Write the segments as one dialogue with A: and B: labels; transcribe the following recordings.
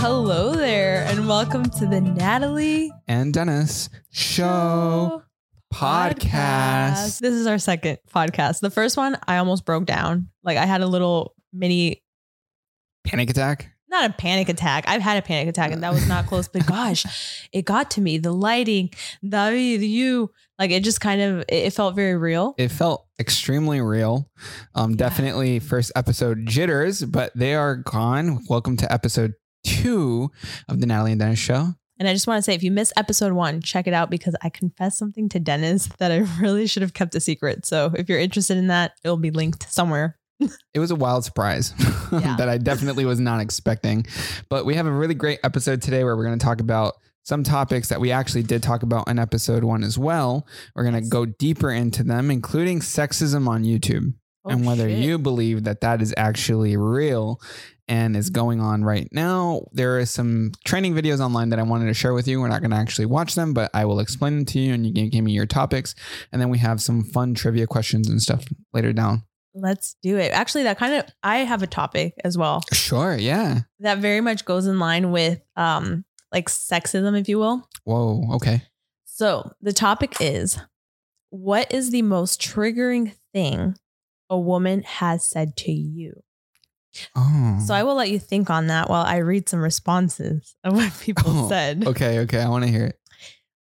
A: Hello there, and welcome to the Natalie
B: and Dennis Show Podcast.
A: This is our second podcast. The first one, I almost broke down. Like, I had a little mini,
B: Panic attack.
A: not a panic attack. I've had a panic attack, and that was not close, but gosh, it got to me. The lighting, David, you, like, it just kind of, it, it felt very real.
B: It felt extremely real. Um,
A: Yeah.
B: Definitely first episode jitters, but they are gone. Welcome to episode two of the Natalie and Dennis Show.
A: And I just want to say, if you missed episode one, check it out because I confessed something to Dennis that I really should have kept a secret. So if you're interested in that, it'll be linked somewhere.
B: It was a wild surprise
A: Yeah.
B: that I definitely was not expecting. But we have a really great episode today where we're going to talk about some topics that we actually did talk about in episode one as well. We're going to
A: Yes.
B: go deeper into them, including sexism on YouTube. and
A: Oh,
B: whether you believe that that is actually real and is going on right now. There are some training videos online that I wanted to share with you. We're not going to actually watch them, but I will explain them to you and you can give me your topics. And then we have some fun trivia questions and stuff later down.
A: Let's do it. Actually, that kind of I have a topic as well
B: Sure. Yeah.
A: that very much goes in line with um like sexism, if you will.
B: Whoa. Okay.
A: So the topic is what is the most triggering thing a woman has said to you?
B: Oh.
A: So I will let you think on that while I read some responses of what people
B: Oh,
A: said.
B: okay. Okay. I want to hear it.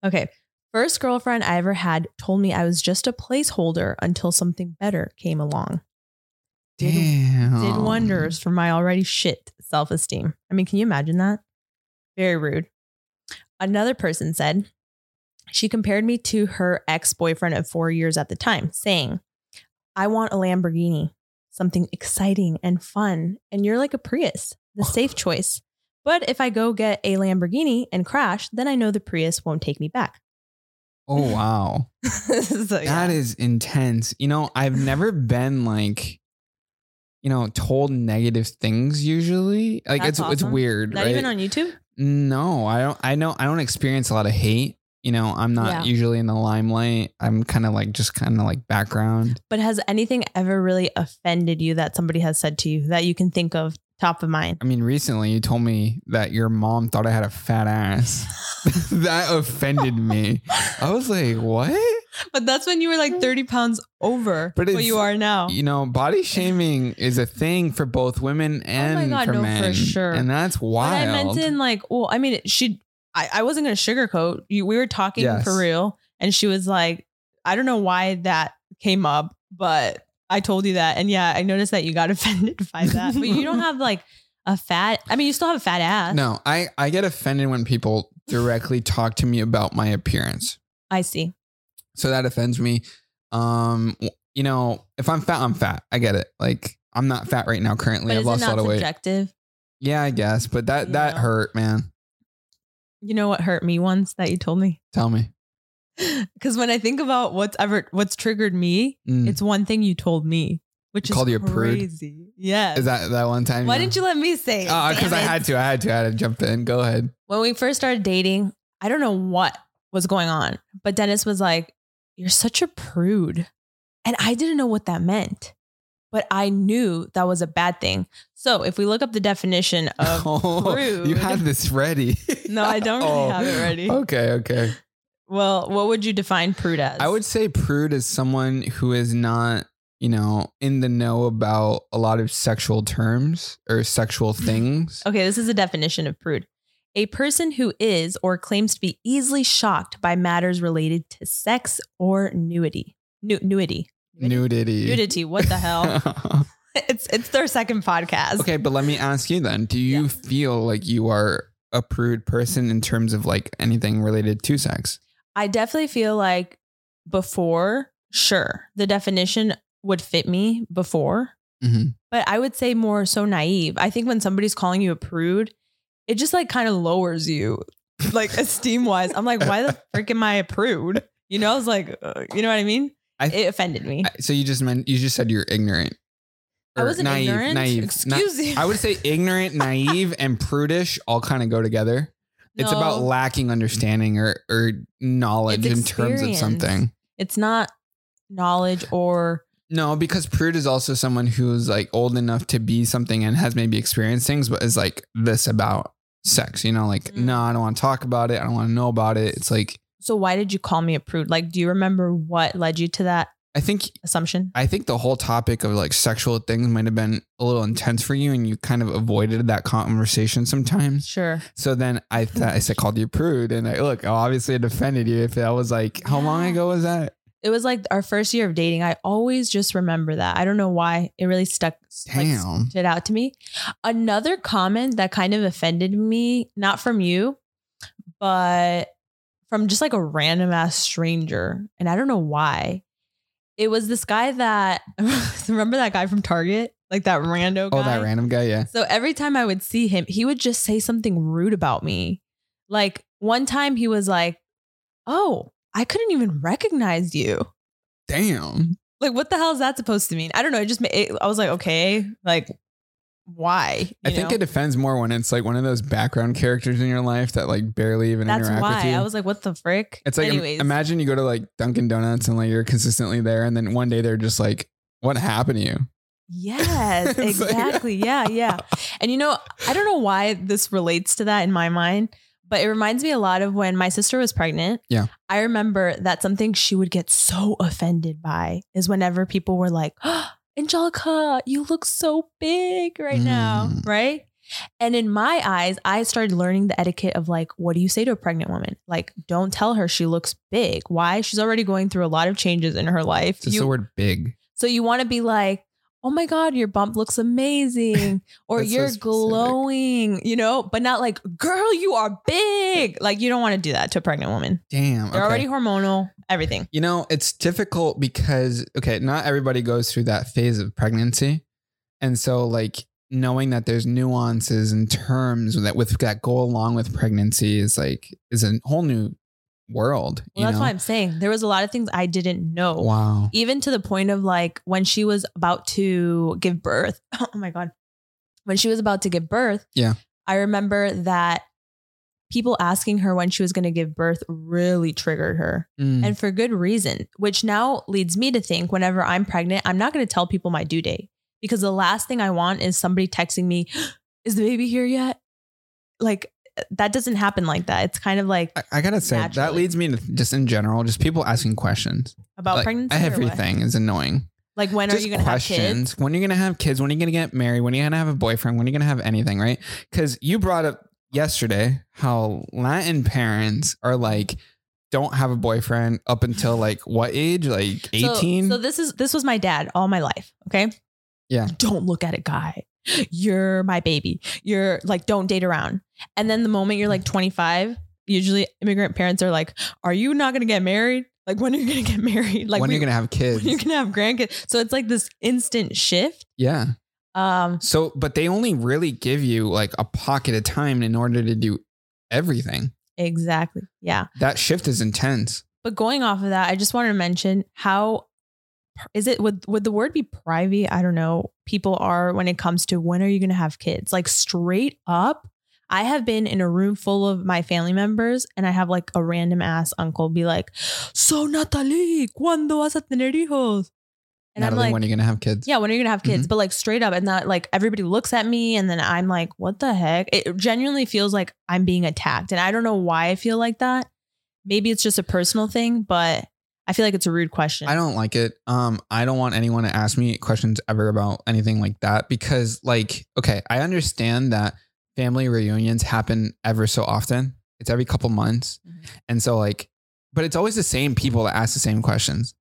A: Okay. First girlfriend I ever had told me I was just a placeholder until something better came along. Did-
B: Damn.
A: Did wonders for my already shit self esteem. I mean, can you imagine that? Very rude. Another person said, she compared me to her ex boyfriend of four years at the time, saying, I want a Lamborghini, something exciting and fun. And you're like a Prius, the safe choice. But if I go get a Lamborghini and crash, then I know the Prius won't take me back.
B: Oh, wow.
A: so, yeah.
B: That is intense. You know, I've never been like, you know, told negative things usually. Like
A: That's
B: it's it's
A: awesome.
B: weird,
A: Not
B: right?
A: even on YouTube?
B: no, I don't I don't I don't experience a lot of hate. You know, I'm not
A: Yeah.
B: usually in the limelight. I'm kind of like just kind of like background.
A: But has anything ever really offended you that somebody has said to you that you can think of top of mind?
B: I mean, recently you told me that your mom thought I had a fat ass. that offended me. I was like, "What?"
A: But that's when you were like 30 pounds over
B: But
A: what
B: it's-
A: you are now.
B: You know, body shaming is a thing for both women and
A: Oh God,
B: for
A: no, for
B: men.
A: sure.
B: And that's
A: But I
B: wild.
A: meant in like, well, I mean, she, I, I wasn't going to sugarcoat. You, we were talking
B: Yes.
A: for real. And she was like, I don't know why that came up, but I told you that. And yeah, I noticed that you got offended by that. but you don't have like a fat, I mean, you still have a fat ass.
B: No, I, I get offended when people directly talk to me about my appearance.
A: I see.
B: So that offends me. Um, w- you know, if I'm fat, I'm fat. I get it. Like I'm not fat right now currently.
A: But
B: I've
A: is it
B: lost a lot
A: not
B: of weight.
A: subjective?
B: Yeah, I guess. But that
A: You
B: that
A: know.
B: hurt, man.
A: You know what hurt me once that you told me?
B: Tell me.
A: Because when I think about what's ever what's triggered me,
B: Mm.
A: it's one thing you told me, which is
B: Called you a prude?
A: crazy. Yes.
B: Is that that one time?
A: Why didn't you let me say? it?
B: because I
A: Damn it.
B: had to. I had to. I had to jump in. Go ahead.
A: When we first started dating, I don't know what was going on, but Dennis was like, "You're such a prude," and I didn't know what that meant, but I knew that was a bad thing. So if we look up the definition of
B: you had this ready.
A: Oh, No, I don't really
B: Oh,
A: have it ready.
B: Okay, okay.
A: well, what would you define prude as?
B: I would say prude is someone who is not, you know, in the know about a lot of sexual terms or sexual things.
A: Okay, this is a definition of prude. A person who is or claims to be easily shocked by matters related to sex or nudity. Nu- nudity.
B: Nudity.
A: Nudity. What the hell? it's it's their second podcast.
B: okay, but let me ask you then do you
A: Yeah.
B: feel like you are a prude person in terms of like anything related to sex?
A: I definitely feel like before, sure, the definition would fit me before,
B: Mhm.
A: but I would say more so naive. I think when somebody's calling you a prude, it just like kind of lowers you, like esteem wise. I'm like, why the frick am I a prude? You know, I was like, uh, you know what I mean?
B: I-
A: it offended me.
B: I- So you just meant you just said you're ignorant.
A: I
B: Or
A: wasn't ignorant.
B: Naive.
A: Excuse
B: Na-
A: you.
B: I would say ignorant, naive, and prudish all kind of go together. It's about
A: No,
B: lacking understanding or, or knowledge
A: It's
B: in terms of
A: experience.
B: something.
A: it's not knowledge or
B: No, because prude is also someone who's like old enough to be something and has maybe experienced things, but is like this about sex. You know, like,
A: Mm.
B: no, I don't want to talk about it. I don't want to know about it. It's like,
A: So why did you call me a prude? Like, do you remember what led you to that
B: I think
A: assumption?
B: I think the whole topic of like sexual things might have been a little intense for you, and you kind of avoided that conversation sometimes.
A: Sure.
B: So then I th- I said called you a prude, and I look obviously I defended you. If that was like how long
A: Yeah.
B: ago was that?
A: It was like our first year of dating. I always just remember that. I don't know why. It really stuck. like,
B: Damn.
A: stood out to me. Another comment that kind of offended me, not from you, but from just like a random ass stranger. And I don't know why. It was this guy that, remember that guy from Target? Like that rando guy?
B: Oh, that random guy. Yeah.
A: So every time I would see him, he would just say something rude about me. Like one time he was like, Oh, I couldn't even recognize you.
B: Damn.
A: Like, what the hell is that supposed to mean? I don't know. It just, ma- it, I was like, okay, like, why?
B: I
A: You
B: think
A: know?
B: it offends more when it's like one of those background characters in your life that like barely even
A: That's
B: interact with
A: why
B: you.
A: I was like, what the frick?
B: it's like im-
A: anyways,
B: imagine you go to like Dunkin' Donuts and like you're consistently there, and then one day they're just like, "What happened to you?"
A: yes,
B: It's like-
A: exactly. yeah, yeah. And you know, I don't know why this relates to that in my mind, but it reminds me a lot of when my sister was pregnant.
B: Yeah.
A: I remember that something she would get so offended by is whenever people were like, oh, Angelica, you look so big right now,
B: Mm.
A: right? And in my eyes, I started learning the etiquette of like, what do you say to a pregnant woman? Like, don't tell her she looks big. Why? She's already going through a lot of changes in her life.
B: It's just
A: You-
B: the word "big."
A: So you want to be like, oh my God, your bump looks amazing, or
B: That's so
A: you're
B: specific.
A: glowing, you know, but not like, girl, you are big. Like, you don't want to do that to a pregnant woman.
B: Damn.
A: They're
B: okay.
A: already hormonal, everything.
B: You know, it's difficult because okay, not everybody goes through that phase of pregnancy. And so like knowing that there's nuances and terms that with that go along with pregnancy is like is a whole new world.
A: Well, that's
B: you know?
A: why I'm saying there was a lot of things I didn't know.
B: Wow.
A: Even to the point of like when she was about to give birth. Oh my God. When she was about to give birth,
B: Yeah.
A: I remember that people asking her when she was going to give birth really triggered her.
B: Mm.
A: and for good reason, which now leads me to think whenever I'm pregnant, I'm not going to tell people my due date because the last thing I want is somebody texting me, Is the baby here yet? Like, that doesn't happen like that. It's kind of like
B: I, I gotta say that
A: Naturally.
B: leads me to just in general, just people asking questions.
A: about
B: like,
A: pregnancy. or what?
B: everything is annoying.
A: Like, when are
B: just
A: you going to have kids?
B: When are you gonna have kids? When are you gonna get married? When are you gonna have a boyfriend? When are you gonna have anything? Right? Because you brought up yesterday how Latin parents are like don't have a boyfriend up until like what age? Like
A: So-
B: eighteen.
A: So, this is this was my dad all my life. Okay.
B: Yeah.
A: Don't look at a guy. You're my baby. You're like, don't date around. And then the moment you're like
B: Mm.
A: 25, usually immigrant parents are like, Are you not gonna get married? Like, when are you gonna get married? Like,
B: when are you
A: we-
B: gonna have kids?
A: when are you gonna have grandkids? So it's like this instant shift.
B: yeah.
A: Um,
B: So, but they only really give you like a pocket of time in order to do everything.
A: exactly. Yeah.
B: That shift is intense.
A: But going off of that, I just wanted to mention how is it would would the word be privy? I don't know. People are when it comes to when are you going to have kids? Like straight up, I have been in a room full of my family members and I have like a random ass uncle be like, "So Natalie, ¿cuándo vas a tener hijos?" And
B: Natalie,
A: I'm like,
B: when are you gonna have kids?
A: yeah, when are you gonna have
B: Mm-hmm.
A: kids? But like straight up, and not like everybody looks at me, and then I'm like, what the heck? It genuinely feels like I'm being attacked, and I don't know why I feel like that. Maybe it's just a personal thing, but I feel like it's a rude question.
B: I don't like it. Um, I don't want anyone to ask me questions ever about anything like that because, like, okay, I understand that family reunions happen ever so often. It's every couple months,
A: Mhm.
B: and so like, but it's always the same people that ask the same questions.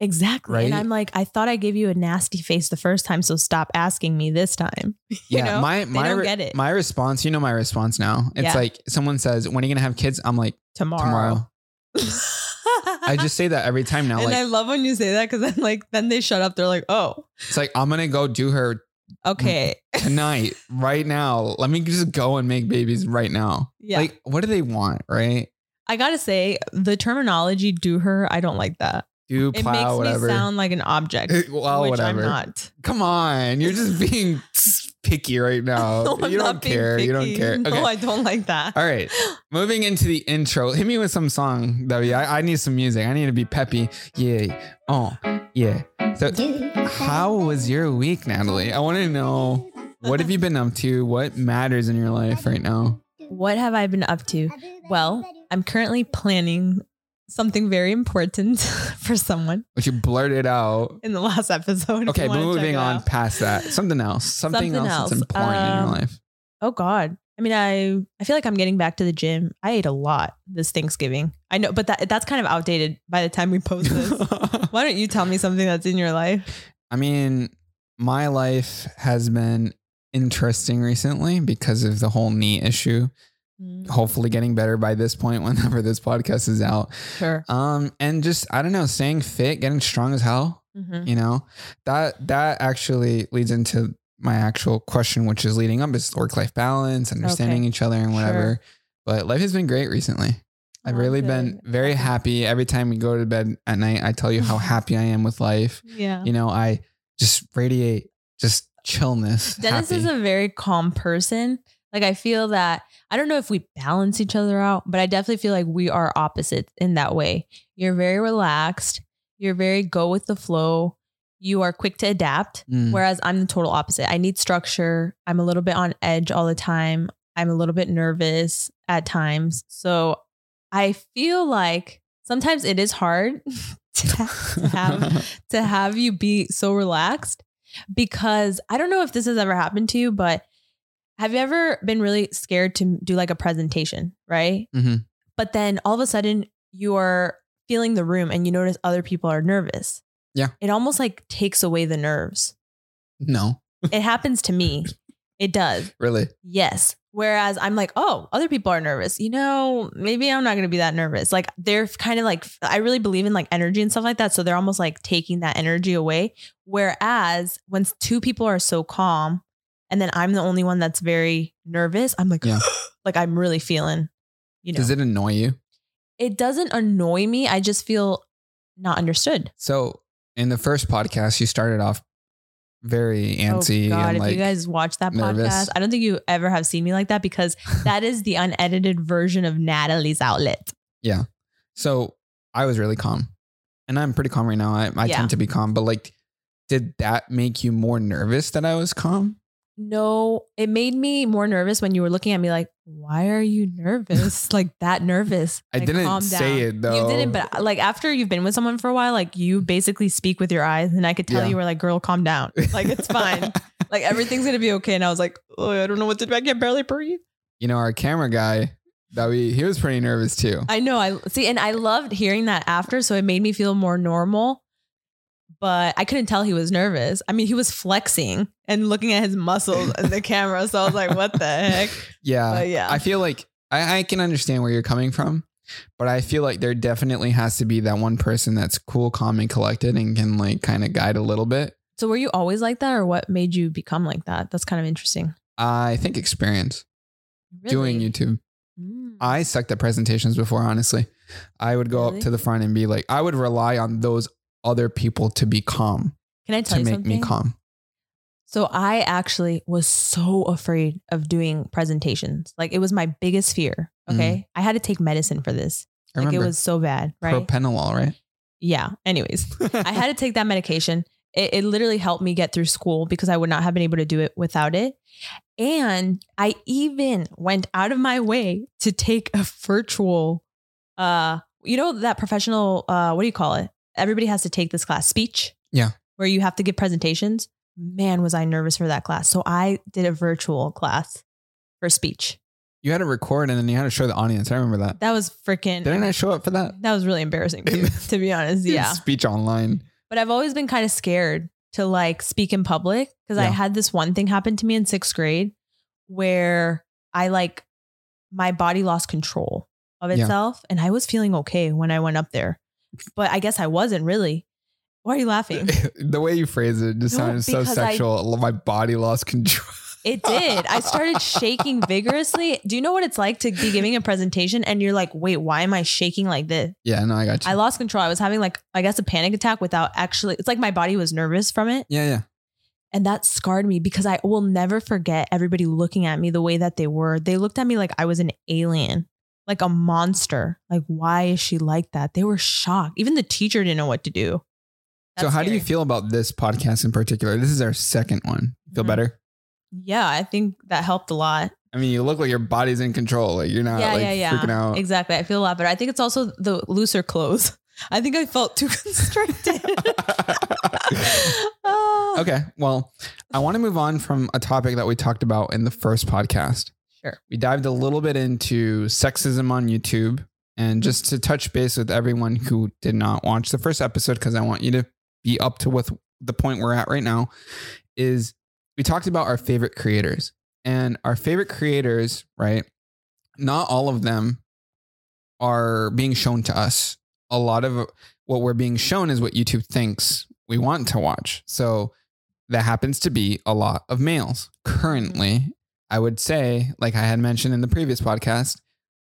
A: exactly. And
B: Right?
A: I'm like, I thought I gave you a nasty face the first time, so stop asking me this time.
B: Yeah,
A: know?
B: my my
A: don't
B: re-
A: get it.
B: my response. You know my response now. It's
A: Yeah.
B: like someone says, "When are you gonna have kids?" I'm like,
A: Tomorrow.
B: "Tomorrow." I just say that every time now.
A: and
B: like,
A: I love when you say that because I'm like, then they shut up. They're like, oh,
B: it's like I'm gonna go do her
A: okay,
B: tonight, right now. Let me just go and make babies right now.
A: yeah.
B: Like, what do they want, right?
A: I gotta say, the terminology "do her," I don't like that.
B: Do
A: It
B: plow,
A: makes
B: whatever.
A: me sound like an object.
B: It- well,
A: which
B: whatever.
A: I'm not.
B: Come on, you're just being picky right now.
A: No, I'm
B: Oh, you don't
A: not being
B: care. You don't
A: picky.
B: care. Okay.
A: No, I don't like that.
B: All right. Moving into the intro. Hit me with some song, Debbie. I, I need some music. I need to be peppy. Yeah. Oh, yeah. So, how was your week, Natalie? I want to know what have you been up to? What matters in your life right now?
A: What have I been up to? Well, I'm currently planning something very important for someone
B: Which you blurted out.
A: in the last episode. if
B: Okay,
A: you
B: but
A: wanna check
B: moving
A: it
B: on
A: out.
B: past that. Something else. Something,
A: Something
B: else, that's
A: else.
B: important in your
A: Um,
B: life.
A: Oh God. I mean, I I feel like I'm getting back to the gym. I ate a lot this Thanksgiving. I know, but that that's kind of outdated by the time we post this. Why don't you tell me something that's in your life?
B: I mean, my life has been interesting recently because of the whole knee issue.
A: Mm,
B: Hopefully getting better by this point whenever this podcast is out.
A: Sure.
B: Um and just I don't know, staying fit, getting strong as hell,
A: Mhm.
B: you know. That that actually leads into my actual question which is leading up is work-life balance, understanding
A: Okay.
B: each other and whatever. But life has been great recently. I've
A: Oh,
B: really
A: good.
B: been very
A: Okay.
B: happy. Every time we go to bed at night, I tell you how happy I am with life
A: Yeah.
B: you know, I just radiate just chillness.
A: Dennis
B: happy.
A: is a very calm person. Like I feel that I don't know if we balance each other out, but I definitely feel like we are opposites in that way. You're very relaxed. You're very go with the flow. You are quick to adapt.
B: Mm.
A: Whereas I'm the total opposite. I need structure. I'm a little bit on edge all the time. I'm a little bit nervous at times. So I feel like sometimes it is hard to have to have you be so relaxed because I don't know if this has ever happened to you, but have you ever been really scared to do like a presentation, right?
B: Mhm.
A: But then all of a sudden you are feeling the room and you notice other people are nervous.
B: Yeah.
A: It almost like takes away the nerves.
B: no,
A: It happens to me. It does.
B: really.
A: Yes. Whereas I'm like, oh, other people are nervous. You know, maybe I'm not going to be that nervous. Like they're kind of like, I really believe in like energy and stuff like that. So they're almost like taking that energy away. Whereas when two people are so calm and then I'm the only one that's very nervous, I'm like,
B: Yeah.
A: like I'm really feeling, you know,
B: Does
A: it-,
B: it annoy you?
A: doesn't annoy me. I just feel not understood.
B: So in the first podcast, you started off very antsy
A: oh God,
B: and
A: if
B: like
A: you guys watch that
B: nervous.
A: podcast, I don't think you ever have seen me like that because that is the unedited version of Natalie's outlet.
B: so. I was really calm, and I'm pretty calm right now. I, I
A: Yeah.
B: tend to be calm, but like, did that make you more nervous that I was calm?
A: No, it made me more nervous when you were looking at me like, why are you nervous? like that nervous.
B: I
A: Like,
B: didn't
A: calm
B: say it, though.
A: You didn't, but uh, like after you've been with someone for a while, like you basically speak with your eyes, and I could tell
B: Yeah.
A: you were like, girl, calm down. Like it's fine. like everything's gonna be okay. And I was like, oh, I don't know what to do. I can barely breathe.
B: You know, our camera guy, that we he was pretty nervous too.
A: I know. I see, and I loved hearing that after, so it made me feel more normal. But I couldn't tell he was nervous. I mean, he was flexing and looking at his muscles in the camera. So I was like, what the heck?
B: yeah,
A: But yeah.
B: I feel like I, I can understand where you're coming from, but I feel like there definitely has to be that one person that's cool, calm, and collected and can like kind of guide a little bit.
A: So were you always like that, or what made you become like that? That's kind of interesting.
B: I think experience doing YouTube.
A: Mm.
B: I sucked at presentations before, honestly. I would go
A: Really?
B: up to the front and be like, I would rely on those other people to be calm,
A: Can I
B: to
A: tell you
B: make
A: something?
B: me calm.
A: So I actually was so afraid of doing presentations. Like it was my biggest fear. Okay, I had to take medicine for this.
B: Mm. I
A: like it
B: remember
A: was so bad, right?
B: propanolol, right?
A: yeah. Anyways, I had to take that medication. It, it literally helped me get through school because I would not have been able to do it without it. And I even went out of my way to take a virtual, uh, you know, that professional, uh, what do you call it? Everybody has to take this class, speech.
B: Yeah.
A: Where you have to give presentations. Man, was I nervous for that class. So I did a virtual class for speech.
B: you had to record and then you had to show the audience. I remember that.
A: That was freaking,
B: Didn't I show up for that?
A: that was really embarrassing too, to be honest. Yeah.
B: Speech online.
A: but I've always been kind of scared to like speak in public because I
B: Yeah.
A: had this one thing happen to me in sixth grade where I like my body lost control of
B: Yeah.
A: itself and I was feeling okay when I went up there, but I guess I wasn't really. Why are you laughing?
B: the way you phrase it just
A: No,
B: sounded so
A: because I-
B: sexual. My body lost control.
A: It did. I started shaking vigorously. Do you know what it's like to be giving a presentation and you're like, wait, why am I shaking like this?
B: Yeah, no, I got you.
A: I lost control. I was having like, I guess, a panic attack without actually, it's like my body was nervous from it.
B: yeah, yeah.
A: And that scarred me because I will never forget everybody looking at me the way that they were. They looked at me like I was an alien, like a monster. Like, why is she like that? They were shocked. Even the teacher didn't know what to do.
B: so,
A: That's
B: how do you
A: scary.
B: feel about this podcast in particular? This is our second one. Feel
A: Mhm.
B: better?
A: Yeah, I think that helped a lot.
B: I mean, you look like your body's in control. Like you're not
A: yeah,
B: like
A: yeah, yeah.
B: freaking out.
A: Exactly. I feel a lot better. I think it's also the looser clothes. I think I felt too constricted. Ah.
B: okay. Well, I want to move on from a topic that we talked about in the first podcast.
A: Sure.
B: We dived a little bit into sexism on YouTube. And just to touch base with everyone who did not watch the first episode, because I want you to be up to with the point we're at right now, is we talked about our favorite creators. And our favorite creators, right? Not all of them are being shown to us. A lot of what we're being shown is what YouTube thinks we want to watch. So that happens to be a lot of males currently I would say, like I had mentioned in the previous podcast,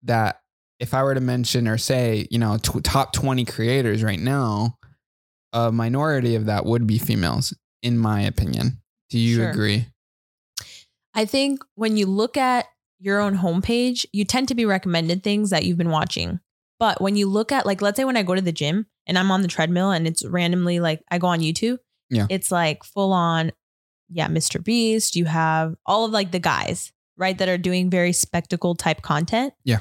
B: that if I were to mention or say, you know, t- top 20 creators right now, a minority of that would be females, in my opinion. Do you
A: Sure.
B: agree?
A: I think when you look at your own homepage, you tend to be recommended things that you've been watching. But when you look at, like, let's say when I go to the gym and I'm on the treadmill and it's randomly like I go on YouTube,
B: Yeah.
A: it's like full on, yeah, Mr. Beast. You have all of like the guys, right, that are doing very spectacle type content.
B: Yeah.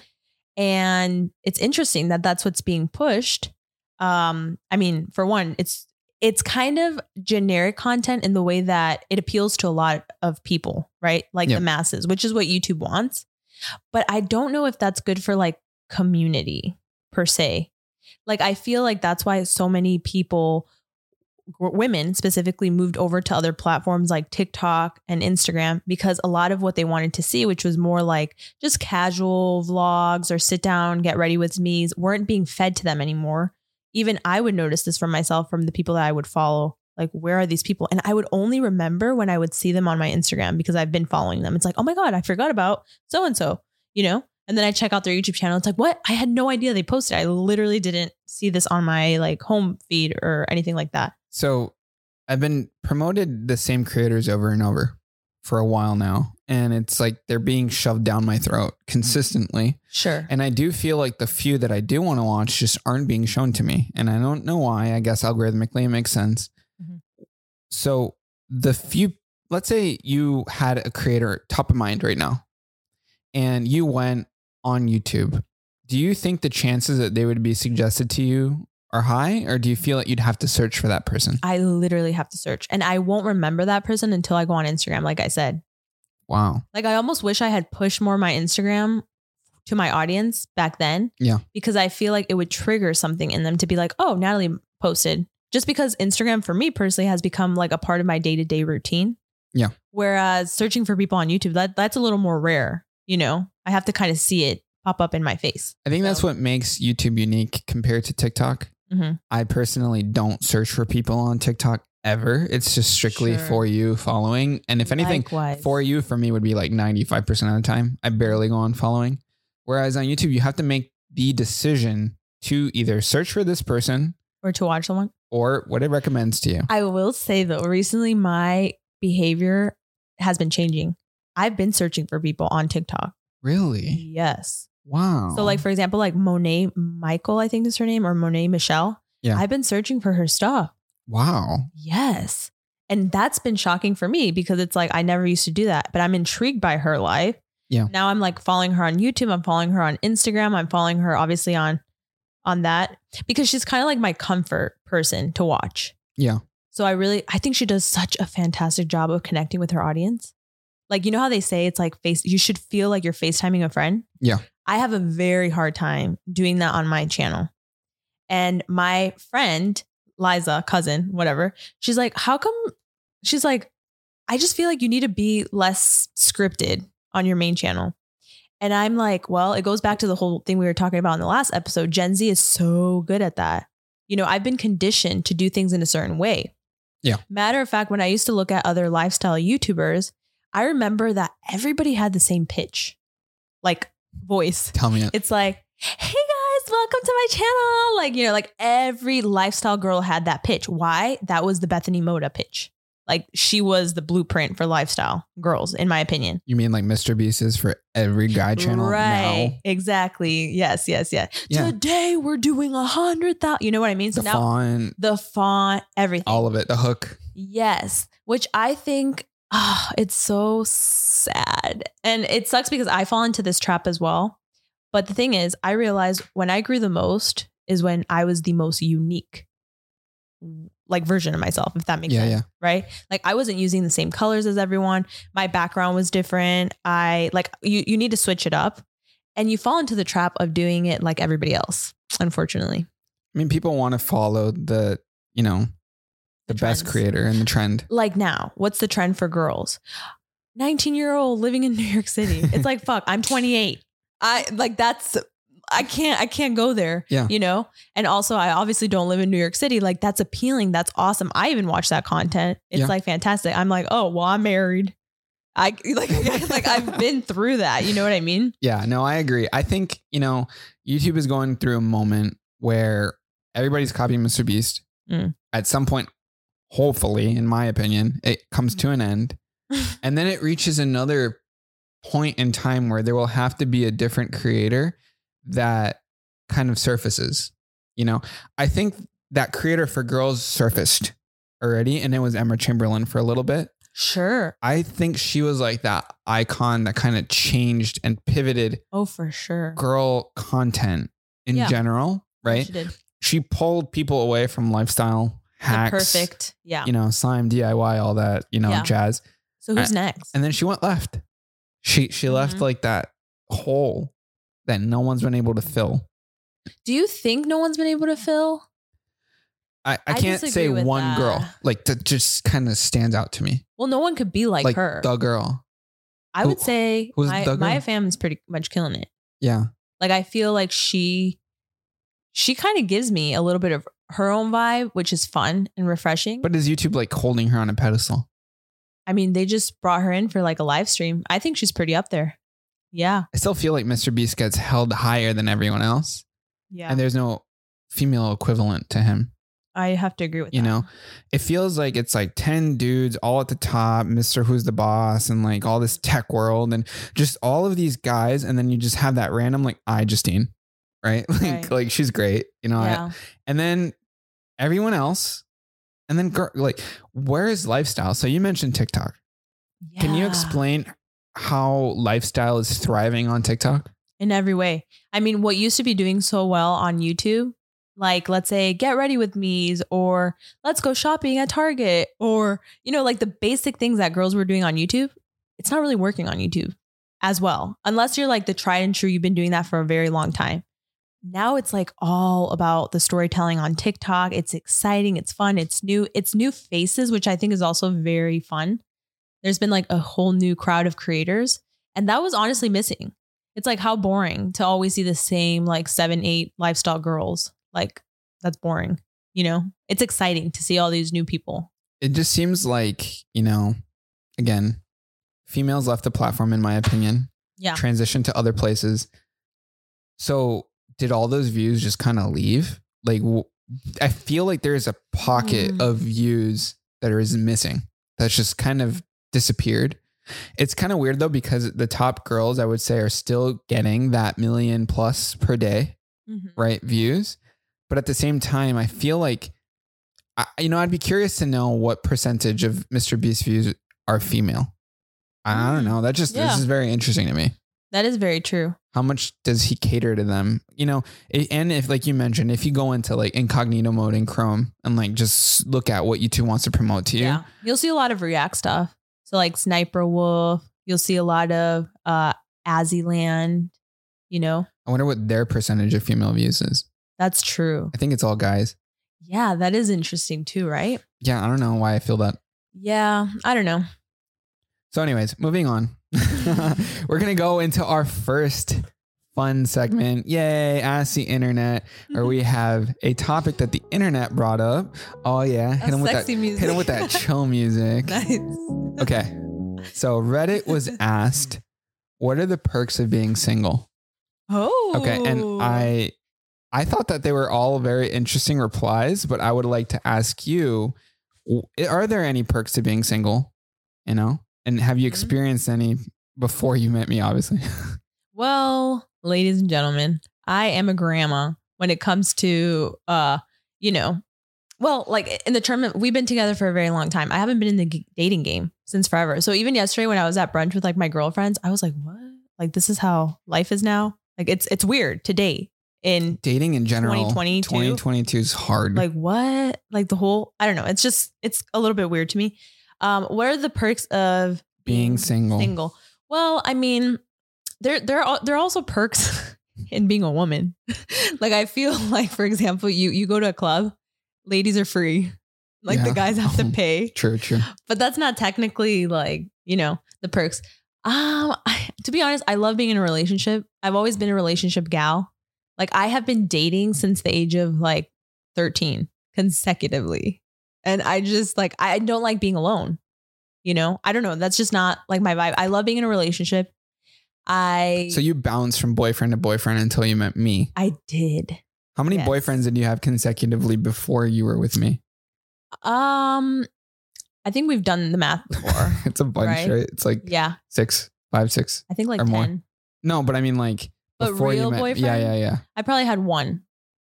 A: And it's interesting that that's what's being pushed. Um, I mean, for one, it's it's kind of generic content in the way that it appeals to a lot of people, right? Like
B: Yeah.
A: the masses, which is what YouTube wants. But I don't know if that's good for like community per se. Like I feel like that's why so many people w- women specifically moved over to other platforms like TikTok and Instagram because a lot of what they wanted to see, which was more like just casual vlogs or sit down, get ready with me's, weren't being fed to them anymore. Even I would notice this from myself, from the people that I would follow. Like, where are these people? And I would only remember when I would see them on my Instagram because I've been following them. It's like, oh my God, I forgot about so and so, you know? And then I check out their YouTube channel. It's like, what? I had no idea they posted. I literally didn't see this on my like home feed or anything like that.
B: So I've been promoted the same creators over and over for a while now. And it's like they're being shoved down my throat consistently.
A: Sure.
B: And I do feel like the few that I do want to watch just aren't being shown to me. And I don't know why. I guess algorithmically it makes sense.
A: Mhm.
B: So the few, let's say you had a creator top of mind right now and you went on YouTube. Do you think the chances that they would be suggested to you are high or do you feel that you'd have to search for that person?
A: I literally have to search and I won't remember that person until I go on Instagram, like I said.
B: Wow.
A: Like I almost wish I had pushed more my Instagram to my audience back then.
B: Yeah.
A: Because I feel like it would trigger something in them to be like, oh, Natalie posted. Just because Instagram for me personally has become like a part of my day to day routine.
B: Yeah.
A: Whereas searching for people on YouTube, that that's a little more rare, you know? I have to kind of see it pop up in my face.
B: I think that's
A: So-
B: what makes YouTube unique compared to TikTok.
A: Mhm.
B: I personally don't search for people on TikTok ever. It's just strictly
A: Sure.
B: for you following. And if anything,
A: Likewise.
B: for you for me would be like 95% of the time. I barely go on following. Whereas on YouTube, you have to make the decision to either search for this person
A: or to watch someone.
B: or what it recommends to you.
A: I will say though, recently my behavior has been changing. I've been searching for people on TikTok.
B: Really?
A: Yes.
B: Wow.
A: So like for example, like Monet Michael, I think is her name, or Monet Michelle.
B: Yeah.
A: I've been searching for her stuff.
B: wow.
A: Yes. And that's been shocking for me because it's like I never used to do that, but I'm intrigued by her life.
B: Yeah.
A: Now I'm like following her on YouTube, I'm following her on Instagram, I'm following her obviously on on that because she's kind of like my comfort person to watch.
B: Yeah.
A: So I really I think she does such a fantastic job of connecting with her audience. Like you know how they say it's like face you should feel like you're FaceTiming a friend?
B: Yeah.
A: I have a very hard time doing that on my channel. And my friend Liza, cousin, whatever. She's like, how come? She's like, I just feel like you need to be less scripted on your main channel. And I'm like, well, it goes back to the whole thing we were talking about in the last episode. Gen Z is so good at that. You know, I've been conditioned to do things in a certain way.
B: Yeah.
A: Matter of fact, when I used to look at other lifestyle YouTubers, I remember that everybody had the same pitch, like voice
B: Tell me it.
A: it's like, hey guys, welcome to my channel. Like, you know, like every lifestyle girl had that pitch. Why? That was the Bethany Moda pitch. Like, she was the blueprint for lifestyle girls, in my opinion.
B: You mean like Mr. Beast is for every guy channel
A: right. Exactly. Yes, yes, yes.
B: Yeah.
A: Today we're doing a hundred thousand. You know what I mean?
B: now? The font,
A: the font, everything.
B: all of it, the hook.
A: Yes, which I think Oh, it's so sad. And it sucks because I fall into this trap as well. But the thing is, I realized when I grew the most is when I was the most unique like version of myself, if that makes
B: Yeah,
A: sense.
B: yeah.
A: Right. Like I wasn't using the same colors as everyone. My background was different. I like you you need to switch it up. And you fall into the trap of doing it like everybody else, unfortunately.
B: I mean, people want to follow the, you know,
A: The
B: the, best
A: trends.
B: creator and the trend.
A: Like now, what's the trend for girls? 19 year old living in New York City. It's like fuck, I'm 28. I like that's I can't I can't go there.
B: Yeah.
A: You know? And also I obviously don't live in New York City. Like that's appealing. That's awesome. I even watch that content. It's
B: Yeah.
A: like fantastic. I'm like, oh well, I'm married. I like like I've been through that. You know what I mean?
B: Yeah, no, I agree. I think, you know, YouTube is going through a moment where everybody's copying Mr. Beast.
A: Mm.
B: At some point, hopefully, in my opinion, it comes to an end. and then it reaches another point in time where there will have to be a different creator that kind of surfaces. You know, I think that creator for girls surfaced already, and it was Emma Chamberlain for a little bit.
A: Sure.
B: I think she was like that icon that kind of changed and pivoted
A: Oh, for sure.
B: girl content in
A: Yeah.
B: general, right?
A: She did.
B: She pulled people away from lifestyle
A: The
B: hacks,
A: perfect. Yeah.
B: you know, slime DIY, all that, you know,
A: Yeah.
B: jazz.
A: So who's next?
B: Uh, And then she went left. She she left
A: Mhm.
B: like that hole that no one's been able to fill.
A: Do you think no one's been able to fill?
B: I, I
A: I
B: can't
A: disagree
B: say
A: with
B: one
A: that.
B: girl like that just kind of stands out to me.
A: Well, no one could be like,
B: Like,
A: her.
B: the girl,
A: I
B: who-
A: would say
B: who's
A: my,
B: the
A: my
B: girl?
A: family's pretty much killing it.
B: yeah,
A: Like I feel like she she kind of gives me a little bit of her own vibe, which is fun and refreshing. But
B: but is YouTube like holding her on a pedestal?
A: I mean, they just brought her in for like a live stream. I think she's pretty up there. Yeah.
B: I still feel like Mr. Beast gets held higher than everyone else,
A: Yeah.
B: and there's no female equivalent to him.
A: I have to agree with
B: you
A: that.
B: know it feels like it's like 10 dudes all at the top mr who's the boss and like all this tech world and just all of these guys and then you just have that random like i justine right like
A: Right.
B: like she's great you know I-
A: Yeah.
B: and then everyone else and then girl, like where is lifestyle so you mentioned tiktok can you
A: Yeah.
B: explain how lifestyle is thriving on tiktok
A: in every way. I mean, what used to be doing so well on YouTube, like let's say get ready with me's or let's go shopping at Target or, you know, like the basic things that girls were doing on YouTube, it's not really working on YouTube as well. Unless you're like the tried and true, you've been doing that for a very long time. Now it's like all about the storytelling on TikTok. It's exciting, it's fun, it's new, it's new faces, which I think is also very fun. There's been like a whole new crowd of creators, and that was honestly missing it's like how boring to always see the same like seven, eight lifestyle girls. Like that's boring. You know, it's exciting to see all these new people.
B: it just seems like you know again females left the platform in my opinion
A: Yeah.
B: transition to other places. So did all those views just kind of leave? Like w- I feel like there is a pocket
A: Mm.
B: of views that is missing. That's just kind of disappeared. It's kind of weird though because the top girls I would say are still getting that million plus per day,
A: Mm-hmm.
B: right? Views. But at the same time, I feel like I, you know, I'd be curious to know what percentage of Mr. Beast views are female. I I don't
A: Mm.
B: know. That just
A: Yeah.
B: this is very interesting to me
A: That is very true.
B: how much does he cater to them you know i- and if like you mentioned if you go into like incognito mode in chrome and like just look at what youtube wants to promote to you
A: Yeah. You'll see a lot of React stuff. So like Sniper Wolf, you'll see a lot of uh Aziland, you know.
B: i wonder what their percentage of female views is
A: That's true.
B: i think it's all guys
A: Yeah, that is interesting too, right?
B: yeah i don't know why i feel that
A: Yeah, I don't know.
B: so anyways moving on we're gonna go into our first fun segment yay ask the internet where
A: Mm-hmm.
B: we have a topic that the internet brought up oh yeah hit him with that
A: sexy music.
B: hit him with that chill music
A: nice.
B: Okay. So Reddit was asked, what are the perks of being single?
A: Oh.
B: Okay. And I I thought that they were all very interesting replies, but I would like to ask you, w- are there any perks to being single? You know? And have you
A: Mhm.
B: experienced any before you met me, obviously?
A: Well, ladies and gentlemen, I am a grandma when it comes to uh, you know, Well, like in the tournament, we've been together for a very long time. I haven't been in the g- dating game since forever. So even yesterday when I was at brunch with like my girlfriends, I was like, what? Like this is how life is now. Like it's it's weird to date in
B: Dating in general,
A: 2022?
B: 2022 is hard.
A: like what? Like the whole I don't know. It's just it's a little bit weird to me. Um, what are the perks of
B: being single.
A: single? Well, I mean, there there are there are also perks in being a woman. like I feel like, for example, you you go to a club, ladies are free. Like the
B: Yeah.
A: guys have to pay
B: True, true.
A: but that's not technically like you know the perks um I, to be honest i love being in a relationship i've always been a relationship gal like i have been dating since the age of like 13 consecutively and i just like i don't like being alone you know i don't know that's just not like my vibe i love being in a relationship i
B: So you bounced from boyfriend to boyfriend until you met me.
A: i did
B: How many
A: Yes.
B: boyfriends did you have consecutively before you were with me?
A: um i think we've done the math before
B: it's a bunch,
A: Right.
B: right? It's like
A: yeah
B: six, five, six.
A: i think like
B: Or
A: 10
B: more. No, but I mean like
A: But real
B: Yeah,
A: boyfriend?
B: yeah, yeah.
A: i probably had one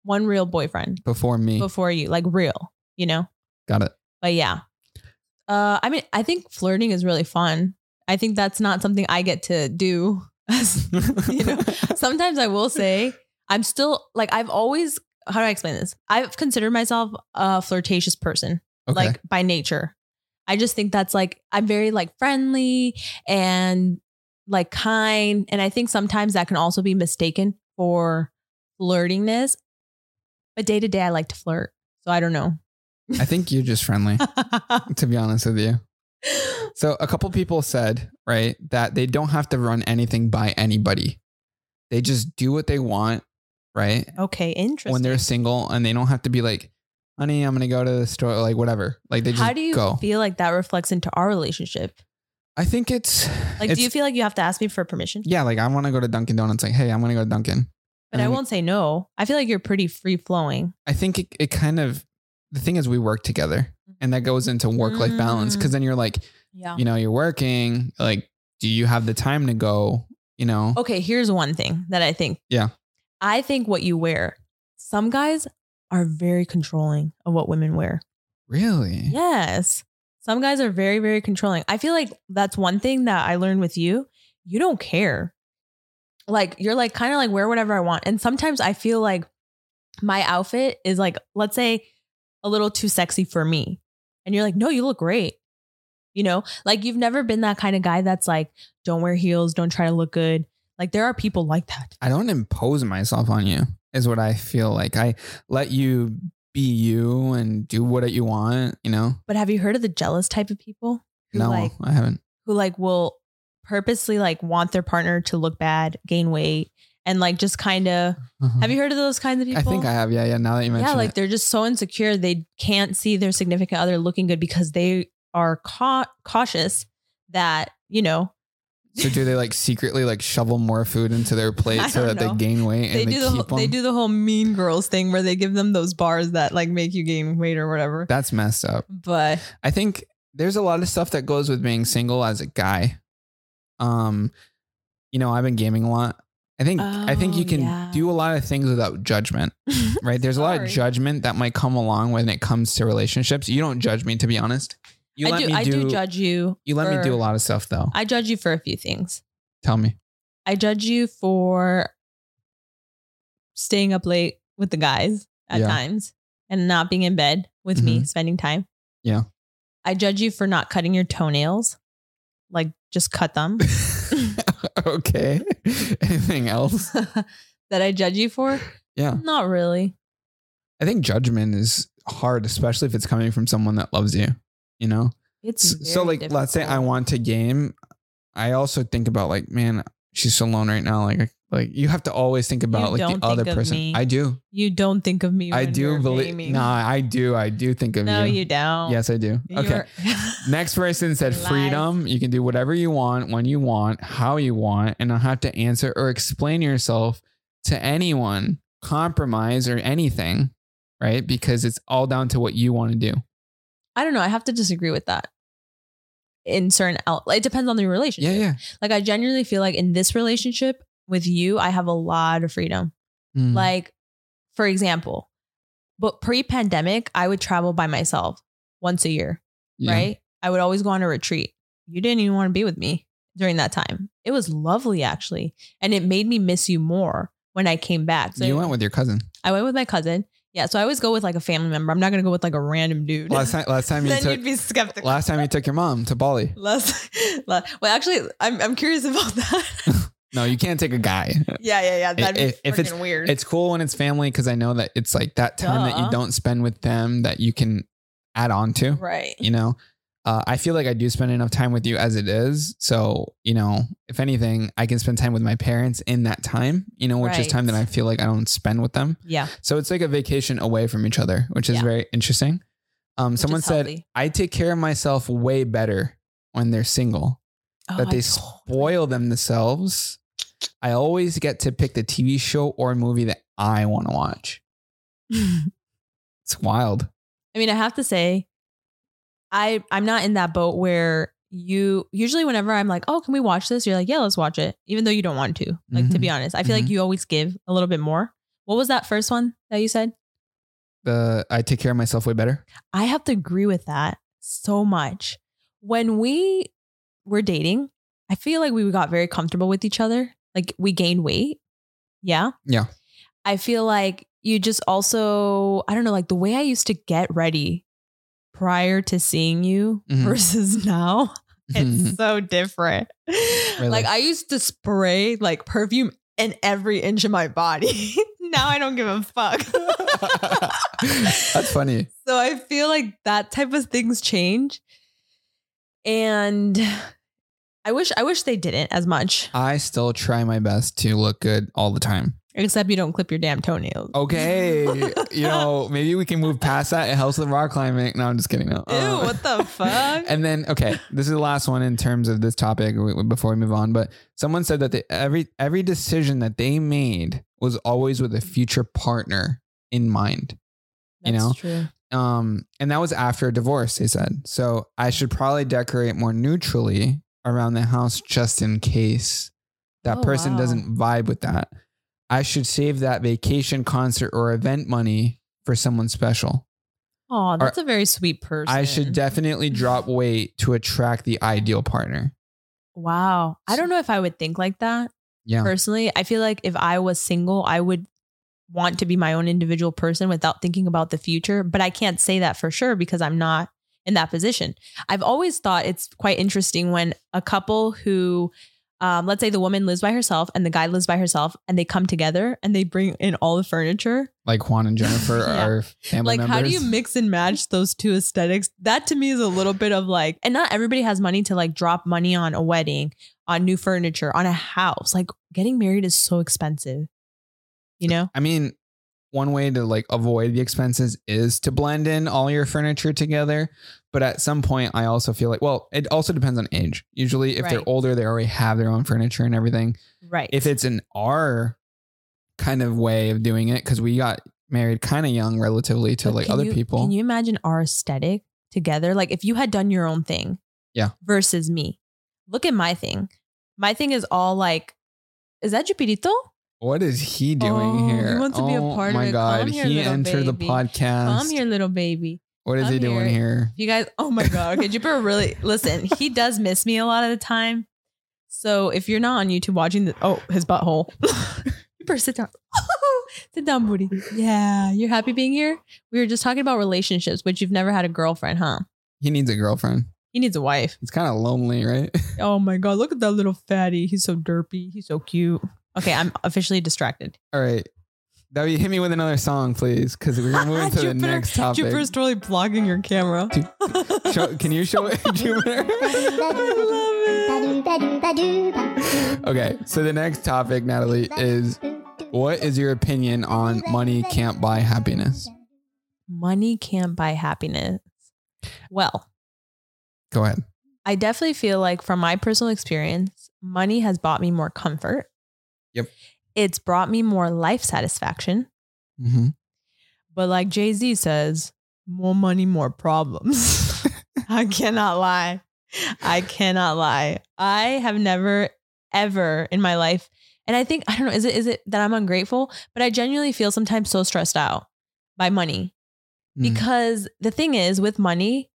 A: one real boyfriend
B: Before me.
A: before you, like real, you know?
B: Got it.
A: But yeah. Uh, I mean, I think flirting is really fun. I think that's not something I get to do. you know, sometimes I will say I'm still like, I've always, how do I explain this? I've considered myself a flirtatious person,
B: Okay.
A: like by nature. I just think that's like, I'm very like friendly and like kind. And I think sometimes that can also be mistaken for flirtingness. But day to day, I like to flirt. So I don't know.
B: I think you're just friendly, to be honest with you. So a couple people said, right, that they don't have to run anything by anybody. They just do what they want, right?
A: okay, interesting.
B: When they're single and they don't have to be like, honey, I'm gonna go to the store, like whatever. Like they just
A: How do you
B: go.
A: feel like that reflects into our relationship?
B: I think it's
A: Like,
B: it's-
A: do you feel like you have to ask me for permission?
B: yeah, like I want to go to Dunkin' Donuts. Like, hey, I'm gonna go to Dunkin'.
A: But
B: And
A: I
B: then-
A: won't say no. I feel like you're pretty free flowing.
B: I think it, it kind of the thing is we work together, and that goes into work life balance
A: Mm.
B: because then you're like,
A: Yeah.
B: you know, you're working. Like, do you have the time to go? You know,
A: Okay, here's one thing that I think.
B: Yeah.
A: I think what you wear. Some guys are very controlling of what women wear.
B: really?
A: Yes. Some guys are very, very controlling. I feel like that's one thing that I learned with you. You don't care. Like you're like kind of like wear whatever I want. And sometimes I feel like my outfit is like, let's say, a little too sexy for me. And you're like, no, you look great. You know, like you've never been that kind of guy that's like, don't wear heels, don't try to look good. Like there are people like that.
B: I don't impose myself on you. Is what I feel like. I let you be you and do what you want. You know?
A: But have you heard of the jealous type of people? Who
B: No,
A: like
B: I haven't.
A: who like will purposely like want their partner to look bad, gain weight, and like just kind of. Have you heard of those kinds of people?
B: Mm-hmm. Uh-huh. I think I have. Yeah, yeah. Now that you mention
A: Yeah, like
B: it,
A: they're just so insecure they can't see their significant other looking good because they are cau- cautious that you know
B: so do they like secretly like shovel more food into their
A: I
B: plate so
A: don't
B: that
A: know.
B: they gain weight and
A: they
B: they,
A: do the
B: keep
A: whole, they
B: them?
A: do the whole Mean Girls thing where they give them those bars that like make you gain weight or whatever.
B: That's messed up.
A: but
B: I think there's a lot of stuff that goes with being single as a guy. Um, you know, I've been gaming a lot. I think I think you
A: Oh,
B: can
A: yeah.
B: do a lot of things without judgment, right? There's a lot of
A: Sorry.
B: judgment that might come along when it comes to relationships. You don't judge me, to be honest. You
A: I
B: let
A: do
B: me
A: I
B: do,
A: do judge you.
B: You let me
A: for-
B: do a lot of stuff though.
A: I judge you for a few things.
B: Tell me.
A: I judge you for staying up late with the guys at
B: Yeah. Mm-hmm.
A: times and not being in bed with me, spending time.
B: Yeah.
A: I judge you for not cutting your toenails. Like just cut them.
B: okay. Anything else?
A: that I judge you for?
B: Yeah.
A: Not really.
B: I think judgment is hard, especially if it's coming from someone that loves you. You know?
A: It's
B: S- so
A: very
B: like let's say i
A: difficult.
B: want to game i also think about like man she's alone right now like I- like you have to always think about like
A: don't
B: the other
A: think of
B: person
A: me
B: i do
A: you don't think of me.
B: i
A: when
B: do
A: we're
B: believe
A: gaming.
B: nah i do i do think of
A: no,
B: you
A: you, don't.
B: yes i do okay
A: You're-
B: next person said
A: Lies.
B: freedom you can do whatever you want when you want how you want and not have to answer or explain yourself to anyone compromise or anything right because it's all down to what you want to do
A: I don't know. I have to disagree with that. In certain, out- it depends on the relationship.
B: yeah yeah
A: Like I genuinely feel like in this relationship with you, I have a lot of freedom.
B: Mm.
A: Like, for example, But pre pandemic, I would travel by myself once a year,
B: Yeah.
A: right? I would always go on a retreat. You didn't even want to be with me during that time. It was lovely, actually. And it made me miss you more when I came back. So
B: you went with your cousin.
A: I went with my cousin. Yeah. So I always go with like a family member. I'm not going to go with like a random dude.
B: Last time, last time you
A: then
B: took,
A: you'd be skeptical.
B: last time you took your mom to Bali.
A: Less, le- well, actually, I'm I'm curious about that.
B: No, you can't take a guy.
A: yeah, yeah, yeah. That'd be
B: If- if it's-
A: freaking weird.
B: It's cool when it's family because I know that it's like that time that
A: Duh.
B: you don't spend with them that you can add on to.
A: right.
B: You know, uh, I feel like I do spend enough time with you as it is. So you know, if anything, I can spend time with my parents in that time. You know, which is
A: Right.
B: time that I feel like I don't spend with them.
A: Yeah.
B: So it's like a vacation away from each other, which is
A: Yeah.
B: very interesting. Um,
A: Which
B: someone
A: is
B: said
A: healthy.
B: I take care of myself way better when they're single
A: Oh,
B: that
A: I
B: they
A: told-
B: spoil themselves. I always get to pick the TV show or movie that I want to watch. It's wild.
A: I mean, I have to say, I I'm not in that boat where you usually whenever I'm like, oh, can we watch this? You're like, yeah, let's watch it, even though you don't want to. Like to
B: Mm-hmm.
A: be honest, I feel like you always give a little bit more. What was that first one that you said?
B: The I take care of myself way better.
A: I have to agree with that so much. When we were dating, I feel like we got very comfortable with each other. Like we gained weight. Yeah.
B: Yeah.
A: I feel like you just also, I don't know, like the way I used to get ready prior to seeing you
B: Mhm.
A: versus now, it's so different. Like I used to spray like perfume in every inch of my body. now I don't give a fuck.
B: That's funny.
A: So I feel like that type of things change. And I wish I wish they didn't as much.
B: I still try my best to look good all the time.
A: Except you don't clip your damn toenails.
B: Okay, you know maybe we can move past that. It helps with rock climbing. No, I'm just kidding. No.
A: Ew,
B: Uh,
A: what the fuck?
B: and then okay this is the last one in terms of this topic w- w- before we move on but someone said that they, every every decision that they made was always with a future partner in mind you know?
A: true.
B: um and that was after a divorce they said so i should probably decorate more neutrally around the house just in case that
A: Oh,
B: person
A: wow.
B: doesn't vibe with that i should save that vacation concert or event money for someone special
A: Oh, that's a very sweet person.
B: i should definitely drop weight to attract the ideal partner
A: Wow. I don't know if I would think like that
B: yeah
A: personally. I feel like if I was single, I would want to be my own individual person without thinking about the future, but I can't say that for sure because I'm not in that position. I've always thought it's quite interesting when a couple who, um, let's say the woman lives by herself and the guy lives by herself and they come together and they bring in all the furniture.
B: like Juan and Jennifer
A: Yeah.
B: are family
A: like,
B: members.
A: how do you mix and match those two aesthetics? That to me is a little bit of like, and not everybody has money to like drop money on a wedding, on new furniture, on a house. Like, getting married is so expensive, you know?
B: I mean, one way to like avoid the expenses is to blend in all your furniture together. But at some point, I also feel like, well, it also depends on age. Usually, if they're
A: Right.
B: older, they already have their own furniture and everything.
A: Right.
B: If it's an R kind of way of doing it, because we got married kind of young relatively to
A: But
B: like
A: can
B: other
A: you-
B: people.
A: Can you imagine our aesthetic together? Like if you had done your own thing,
B: Yeah.
A: versus me. Look at my thing. My thing is all like, is that Jupirito?
B: what is he doing
A: Oh, he
B: here?
A: wants to be a part of
B: my
A: it.
B: god,
A: Come here,
B: he
A: little
B: entered the
A: baby.
B: podcast.
A: Come here, little baby.
B: What is
A: Come
B: he
A: here.
B: doing here?
A: You guys, oh my god. Okay, Jupiter really listen. He does miss me a lot of the time. So if you're not on YouTube watching the oh his butthole. Jupiter, sit down. sit down, booty. Yeah, you're happy being here. We were just talking about relationships, but you've never had a girlfriend, huh?
B: He needs a girlfriend.
A: He needs a wife.
B: He's kind of lonely, right?
A: Oh my god, look at that little fatty. He's so derpy. He's so cute. Okay, I'm officially distracted.
B: All right. W, hit me with another song, please, because we're going to move to the
A: Jupiter-
B: next topic.
A: Jupiter's totally blocking your camera.
B: Show, can you show it, Jupiter? okay. So the next topic, Natalie, is what is your opinion on money can't buy happiness?
A: Money can't buy happiness. Well,
B: Go ahead.
A: I definitely feel like from my personal experience, money has bought me more comfort.
B: Yep.
A: It's brought me more life satisfaction.
B: Mm-hmm.
A: But like Jay Z says, more money, more problems. I cannot lie. I cannot lie. I have never, ever in my life, and I think I don't know. Is it is it that I'm ungrateful? But I genuinely feel sometimes so stressed out by money.
B: Mm.
A: Because the thing is with money,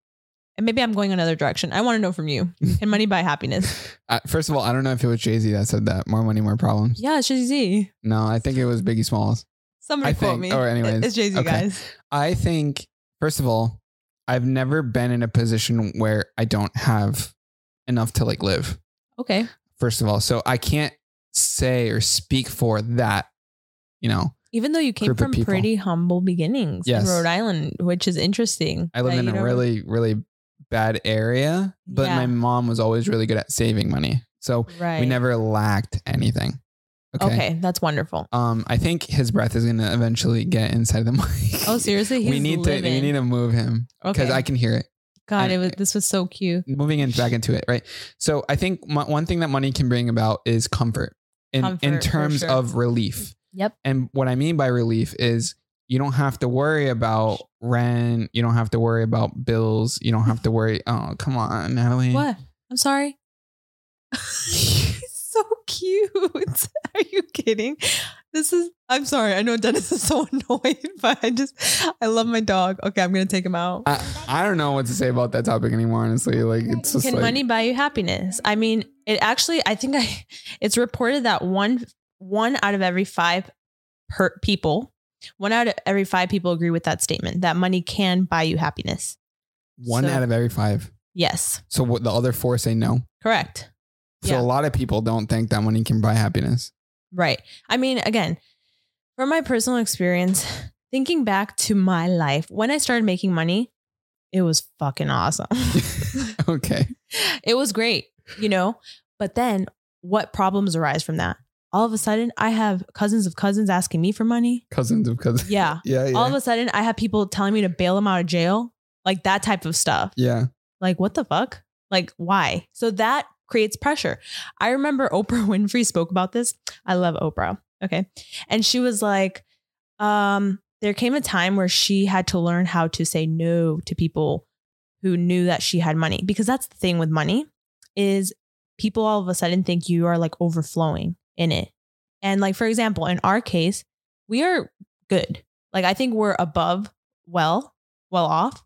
A: and maybe I'm going another direction. I want to know from you.
B: Hmm.
A: Can money buy happiness?
B: Uh, first of all, I don't know if it was Jay Z that said that. More money, more problems.
A: Yeah, it's Jay Z.
B: No, I think it was Biggie Smalls.
A: Somebody
B: I
A: quote
B: think-
A: me.
B: or
A: It-
B: anyways,
A: it's Jay Z,
B: okay.
A: guys.
B: I think, first of all, I've never been in a position where I don't have enough to like live.
A: Okay.
B: First of all, so I can't say or speak for that. You know,
A: Even though you came
B: Group of
A: from
B: people.
A: pretty humble beginnings
B: Yes.
A: in Rhode Island, which is interesting.
B: I live
A: that
B: in
A: you
B: a
A: don't-
B: really, really bad area, but
A: Yeah.
B: my mom was always really good at saving money. So
A: right.
B: we never lacked anything.
A: okay. that's wonderful.
B: Um, I think his breath is gonna eventually get inside the mic.
A: Oh, seriously, he's
B: we need
A: living.
B: to we need to move him because
A: okay.
B: I can hear it.
A: God, it was this was so cute.
B: Moving in back into it, right? So I think mo- one thing that money can bring about is comfort in in
A: Comfort, for
B: terms
A: sure.
B: of relief.
A: Yep.
B: And what I mean by relief is you don't have to worry about rent. You don't have to worry about bills. You don't have to worry. Oh, come on, Natalie.
A: What? I'm sorry. He's so cute. Are you kidding? This is I'm sorry. I know Dennis is so annoyed, but I just I love my dog. Okay, I'm gonna take him out.
B: I, I don't know what to say about that topic anymore. Honestly, like it's just
A: Can
B: like,
A: money buy you happiness? I mean, it actually I think I it's reported that one one out of every five per people, one out of every five people agree with that statement that money can buy you happiness.
B: one
A: so-
B: out of every five.
A: Yes,
B: So what the other four say no.
A: correct.
B: So
A: Yeah.
B: a lot of people don't think that money can buy happiness.
A: Right. I mean, again, from my personal experience, thinking back to my life, when I started making money, it was fucking awesome.
B: okay.
A: it was great, you know? But then what problems arise from that? All of a sudden, I have cousins of cousins asking me for money.
B: Cousins of cousins.
A: Yeah.
B: Yeah. Yeah.
A: All of a sudden, I have people telling me to bail them out of jail, like that type of stuff.
B: yeah.
A: Like, what the fuck? Like, why? So that creates pressure. I remember Oprah Winfrey spoke about this. I love Oprah. Okay. And she was like, um, there came a time where she had to learn how to say no to people who knew that she had money because that's the thing with money is people all of a sudden think you are like overflowing in it. And like for example, in our case, we are good. Like I think we're above well, well off,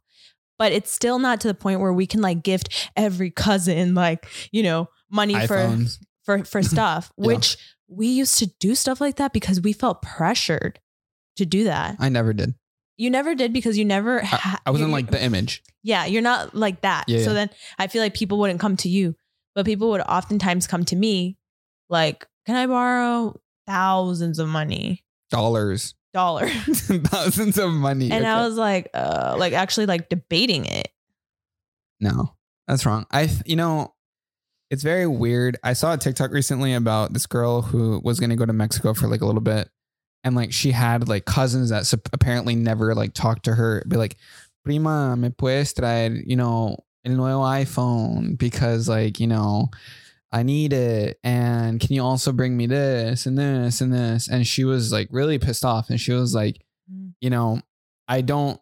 A: but it's still not to the point where we can like gift every cousin like, you know, money for
B: iPhones.
A: for for stuff,
B: Yeah.
A: which we used to do stuff like that because we felt pressured to do that.
B: I never did.
A: You never did because you never ha-
B: I wasn't
A: you-
B: like the image.
A: yeah, you're not like that.
B: Yeah,
A: so
B: yeah.
A: then I feel like people wouldn't come to you, but people would oftentimes come to me like, "Can I borrow thousands of money,
B: Dollars.
A: dollars?"
B: Thousands of money.
A: And I
B: Okay.
A: was like, "Uh, like actually like debating it."
B: No, that's wrong. I, th- you know, it's very weird. I saw a TikTok recently about this girl who was going to go to Mexico for like a little bit. And like she had like cousins that sup- apparently never like talked to her, be like, Prima, me puedes traer, you know, el nuevo iPhone because like, you know, I need it. And can you also bring me this and this and this? And she was like really pissed off. And she was like, you know, I don't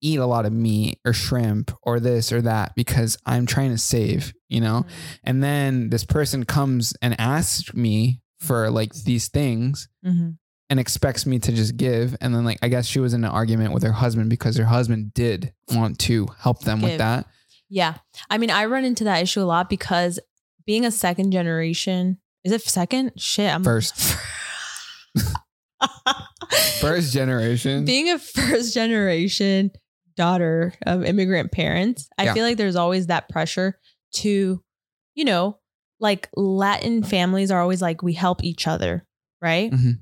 B: eat a lot of meat or shrimp or this or that because I'm trying to save, you know? And then this person comes and asks me for like these things
A: Mhm.
B: and expects me to just give. And then, like, I guess she was in an argument with her husband because her husband did want to help them with
A: Give.
B: that.
A: Yeah. I mean, I run into that issue a lot because being a second generation, is it second? Shit, I'm
B: First. First generation.
A: being a first generation daughter of immigrant parents, I
B: Yeah.
A: feel like there's always that pressure to, you know, like Latin families are always like, we help each other, right?
B: Mhm.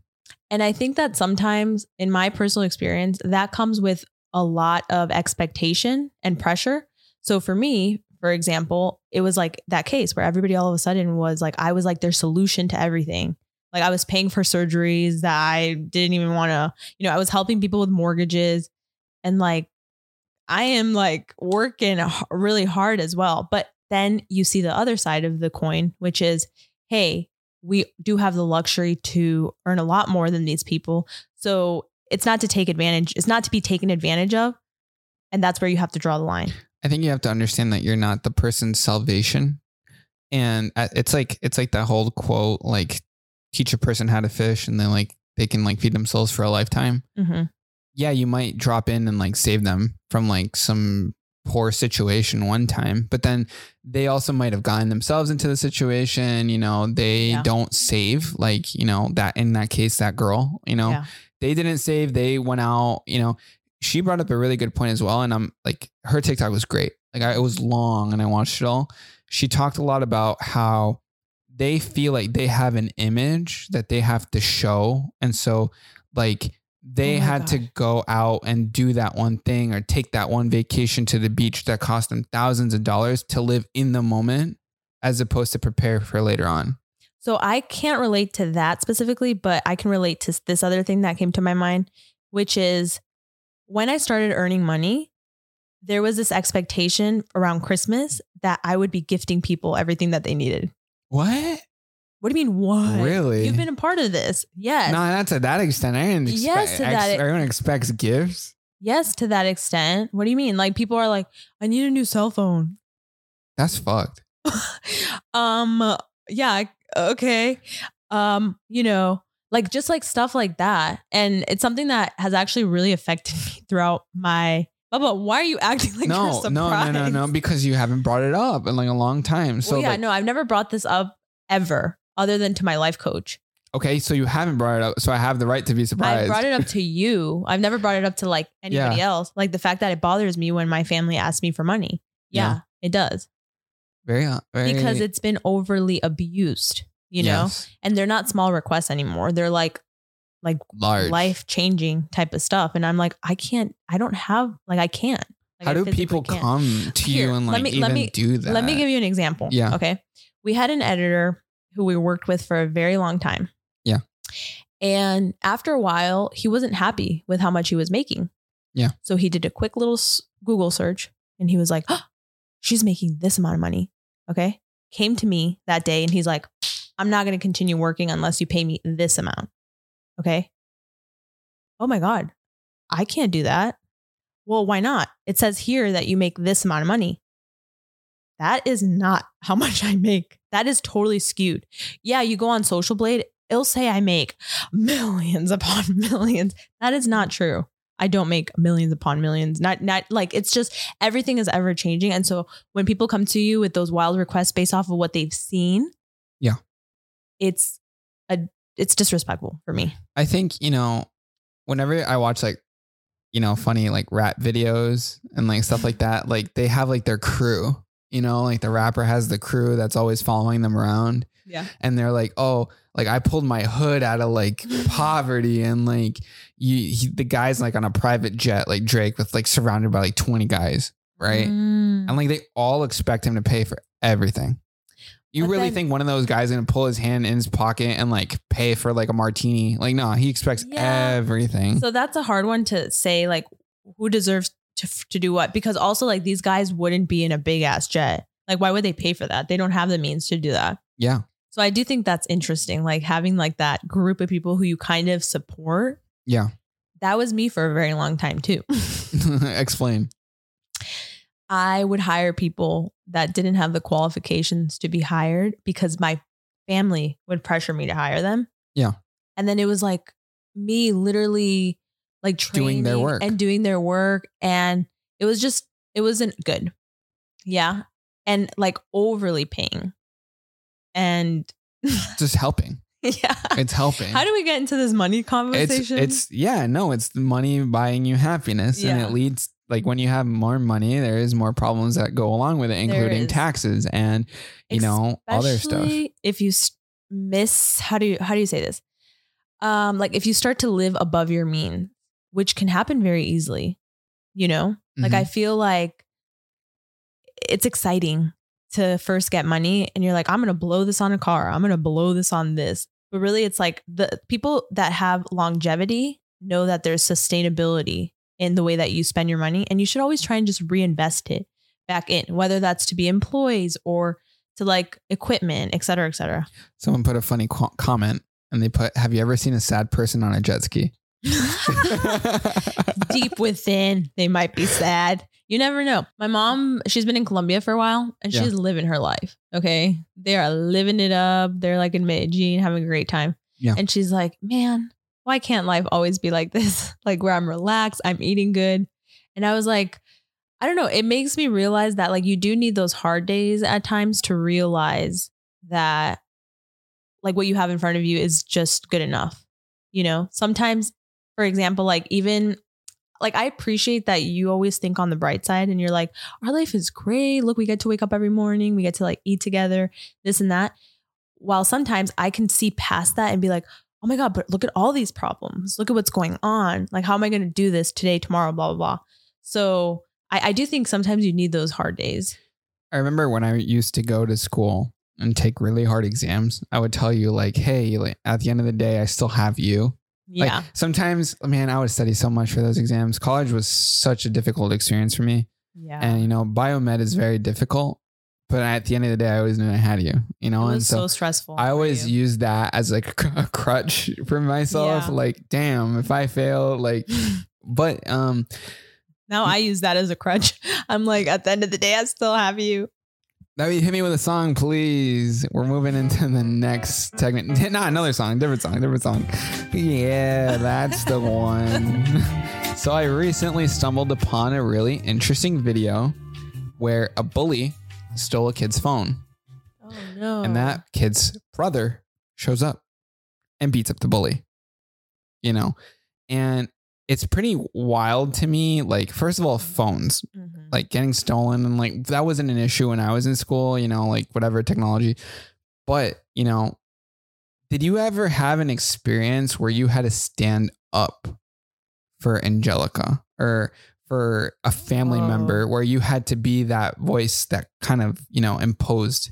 A: And I think that sometimes, in my personal experience, that comes with a lot of expectation and pressure. So for me, for example, it was like that case where everybody all of a sudden was like, I was like their solution to everything. Like I was paying for surgeries that I didn't even want to, you know, I was helping people with mortgages and like I am like working h- really hard as well. But then you see the other side of the coin, which is, hey, we do have the luxury to earn a lot more than these people. So it's not to take advantage, it's not to be taken advantage of. And that's where you have to draw the line.
B: I think you have to understand that you're not the person's salvation. And uh, it's like it's like that whole quote like teach a person how to fish and then like they can like feed themselves for a lifetime.
A: Mm-hmm.
B: yeah, you might drop in and like save them from like some poor situation one time, but then they also might have gotten themselves into the situation. You know, they
A: Yeah.
B: don't save, like, you know, that in that case, that girl, you know,
A: Yeah.
B: they didn't save, they went out, you know. She brought up a really good point as well. And I'm like, her TikTok was great. Like, I, it was long and I watched it all. She talked a lot about how they feel like they have an image that they have to show. And so, like, they
A: Oh my
B: had to go out and do that one thing or take that one vacation to the beach that cost them thousands of dollars to live in the moment as opposed to prepare for later on.
A: So I can't relate to that specifically, but I can relate to this other thing that came to my mind, which is when I started earning money, there was this expectation around Christmas that I would be gifting people everything that they needed.
B: What?
A: What do you mean? What?
B: Really?
A: You've been a part of this. Yes.
B: No, not to that extent. I didn't expect,
A: Yes, to that-
B: everyone expects gifts.
A: yes, to that extent. What do you mean? Like people are like, I need a new cell phone.
B: That's fucked.
A: um yeah okay um you know like just like stuff like that and it's something that has actually really affected me throughout my Bubba, why are you acting like you're
B: no,
A: surprised?
B: no, no, no, no, because you haven't brought it up in like a long time. So,
A: well, yeah,
B: like,
A: no, I've never brought this up ever, other than to my life coach.
B: okay, so you haven't brought it up. So I have the right to be surprised.
A: I brought it up to you. I've never brought it up to like anybody else. Like the fact that it bothers me when my family asks me for money. Yeah,
B: Yeah.
A: it does
B: very, uh, very,
A: because it's been overly abused. You know,
B: yes,
A: and they're not small requests anymore. They're like
B: large
A: life changing type of stuff. And I'm like, I can't, I don't have, like, I can't. Like,
B: How
A: I
B: do
A: physically
B: people
A: can't.
B: come to
A: Here,
B: you and
A: let
B: like
A: me-
B: even
A: let me-
B: do that?
A: Let me give you an example.
B: Yeah.
A: Okay. We had an editor who we worked with for a very long time.
B: Yeah.
A: And after a while, he wasn't happy with how much he was making.
B: Yeah.
A: So he did a quick little s- Google search and he was like, oh, she's making this amount of money. Okay. Came to me that day and he's like, I'm not going to continue working unless you pay me this amount. Okay. Oh my God. I can't do that. Well, why not? It says here that you make this amount of money. That is not how much I make. That is totally skewed. Yeah, you go on Social Blade, it'll say I make millions upon millions. That is not true. I don't make millions upon millions. Not not like it's just everything is ever changing. And so when people come to you with those wild requests based off of what they've seen,
B: Yeah.
A: It's a it's disrespectful for me.
B: I think, you know, whenever I watch like, you know, funny like rap videos and like stuff like that, like they have like their crew, you know, like the rapper has the crew that's always following them around.
A: Yeah.
B: And they're like, oh, like I pulled my hood out of like poverty. And like you, he, the guy's like on a private jet, like Drake with like surrounded by like 20 guys, right? And like they all expect him to pay for everything. You
A: But
B: really
A: then-
B: think one of those guys is gonna pull his hand in his pocket and like pay for like a martini? Like, no, he expects
A: Yeah.
B: everything.
A: So that's a hard one to say, like who deserves to to do what? Because also, like these guys wouldn't be in a big ass jet. Like, why would they pay for that? They don't have the means to do that.
B: yeah.
A: So I do think that's interesting. Like having like that group of people who you kind of support.
B: Yeah.
A: That was me for a very long time too.
B: Explain.
A: I would hire people that didn't have the qualifications to be hired because my family would pressure me to hire them.
B: Yeah.
A: And then it was like me literally like
B: Doing their
A: training
B: work.
A: and doing their work. And it was just, it wasn't good. Yeah. And like overly paying. And
B: Just helping.
A: yeah.
B: It's helping.
A: How do we get into this money
B: it's
A: conversation?
B: it's yeah, no, it's the money buying you happiness. And
A: Yeah.
B: it leads like when you have more money, there is more problems that go along with it, including
A: is.
B: taxes and you know, other stuff.
A: Especially If you s- miss, how do you how do you say this? Um, like if you start to live above your mean, which can happen very easily, you know. Like I feel like it's exciting to first get money, and you're like, I'm gonna blow this on a car. I'm gonna blow this on this. But really, it's like the people that have longevity know that there's sustainability in the way that you spend your money, and you should always try and just reinvest it back in, whether that's to be employees or to like equipment, et cetera, et cetera.
B: Mm-hmm. Someone put a funny qu- comment and they put, Have you ever seen a sad person on a jet ski?
A: Deep within, they might be sad. You never know. My mom, she's been in Colombia for a while and
B: Yeah.
A: she's living her life. Okay. They are living it up. They're like in Medellin having a great time.
B: Yeah.
A: And she's like, man, why can't life always be like this? Like where I'm relaxed, I'm eating good. And I was like, I don't know. It makes me realize that like you do need those hard days at times to realize that like what you have in front of you is just good enough. You know, sometimes, for example, like even like I appreciate that you always think on the bright side and you're like, our life is great. Look, we get to wake up every morning, we get to like eat together, this and that. While sometimes I can see past that and be like, oh my God, but look at all these problems. Look at what's going on. Like, how am I going to do this today, tomorrow, blah, blah, blah. So I, I do think sometimes you need those hard days.
B: I remember when I used to go to school and take really hard exams, I would tell you, like, hey, like, at the end of the day, I still have you.
A: Yeah.
B: Like, sometimes, man, I would study so much for those exams. College was such a difficult experience for me.
A: yeah.
B: And, you know, biomed is very difficult. But at the end of the day, I always knew I had you, you know?
A: it
B: and
A: was so, stressful.
B: I
A: for
B: always
A: you.
B: use that as like a cr- a crutch for myself.
A: Yeah.
B: Like, damn, if I fail, like, but um,
A: now I use that as a crutch. I'm like, at the end of the day, I still have you.
B: that hit me with a song, please. We're moving into the next segment. Not another song, different song, different song. Yeah, that's the one. So I recently stumbled upon a really interesting video where a bully stole a kid's phone,
A: Oh no.
B: and that kid's brother shows up and beats up the bully. You know, and it's pretty wild to me. Like, first of all, phones
A: Mhm.
B: like getting stolen and like that wasn't an issue when I was in school, you know, like whatever technology. But, you know, did you ever have an experience where you had to stand up for Angelica or for a family
A: Whoa.
B: member where you had to be that voice that kind of, you know, imposed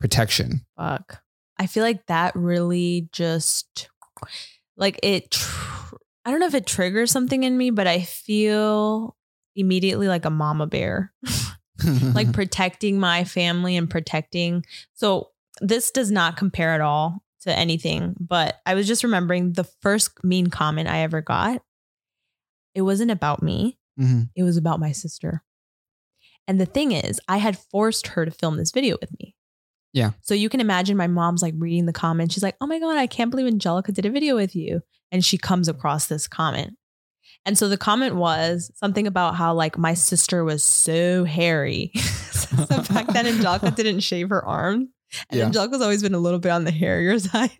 B: protection?
A: Fuck. I feel like that really just like it. Tr- I don't know if it triggers something in me, but I feel immediately like a mama bear,
B: Mm-hmm.
A: like protecting my family and protecting. So this does not compare at all to anything, but I was just remembering the first mean comment I ever got. It wasn't about me.
B: Mhm.
A: It was about my sister. And the thing is, I had forced her to film this video with me.
B: Yeah.
A: So you can imagine my mom's like reading the comment. She's like, oh my God, I can't believe Angelica did a video with you. And she comes across this comment. And so the comment was something about how like my sister was so hairy. the fact that Angelica didn't shave her arm. And
B: Yeah.
A: Angelica's always been a little bit on the hairier side.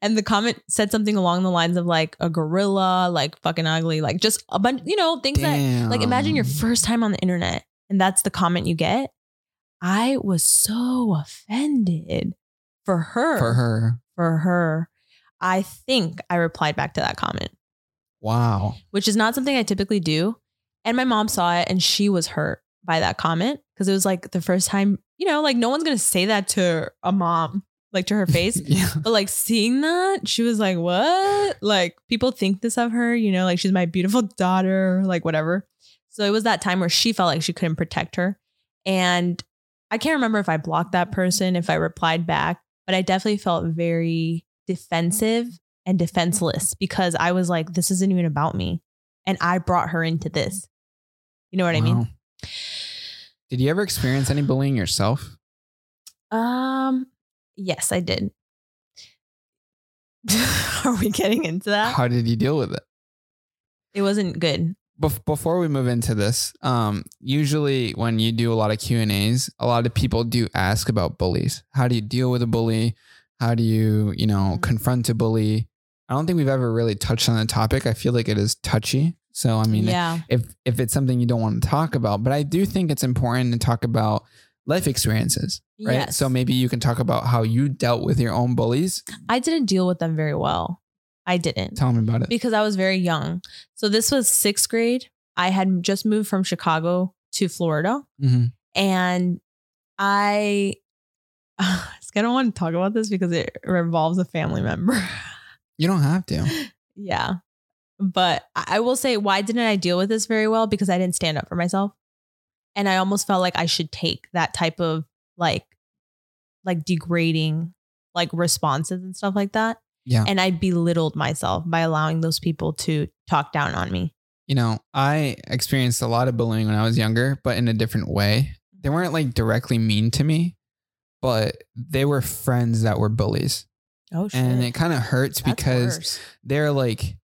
A: And the comment said something along the lines of like a gorilla, like fucking ugly, like just a bunch, you know, things that like imagine your
B: Damn.
A: first time on the internet and that's the comment you get. I was so offended for her.
B: for her.
A: For her. I think I replied back to that comment,
B: Wow.
A: which is not something I typically do. And my mom saw it and she was hurt by that comment because it was like the first time, you know, like no one's going to say that to a mom, like to her face.
B: Yeah.
A: But like seeing that, she was like, "What?" Like people think this of her, you know, like she's my beautiful daughter, like whatever. So it was that time where she felt like she couldn't protect her, and I can't remember if I blocked that person, if I replied back, but I definitely felt very defensive and defenseless because I was like, "This isn't even about me," and I brought her into this. You know what I mean?
B: Wow. Did you ever experience any bullying yourself?
A: Um, yes, I did. Are we getting into that?
B: How did you deal with it?
A: It wasn't good.
B: Bef- before we move into this, um, usually when you do a lot of Q and A's, a lot of people do ask about bullies. How do you deal with a bully? How do you, you know,
A: Mhm.
B: confront a bully? I don't think we've ever really touched on the topic. I feel like it is touchy. So I mean,
A: yeah.
B: if if it's something you don't want to talk about, but I do think it's important to talk about life experiences, right?
A: Yes.
B: So maybe you can talk about how you dealt with your own bullies.
A: I didn't deal with them very well. I didn't
B: Tell me about it.
A: because I was very young. So this was sixth grade. I had just moved from Chicago to Florida
B: Mm-hmm.
A: and I, I don't want to talk about this because it revolves a family member.
B: You don't have to.
A: yeah. But I I will say, why didn't I deal with this very well? Because I didn't stand up for myself. And I almost felt like I should take that type of like, like degrading, like responses and stuff like that.
B: Yeah.
A: And I belittled myself by allowing those people to talk down on me.
B: you know, I experienced a lot of bullying when I was younger, but in a different way. They weren't like directly mean to me, but they were friends that were bullies.
A: Oh shit.
B: and it kind of hurts
A: That's
B: because
A: worse.
B: they're like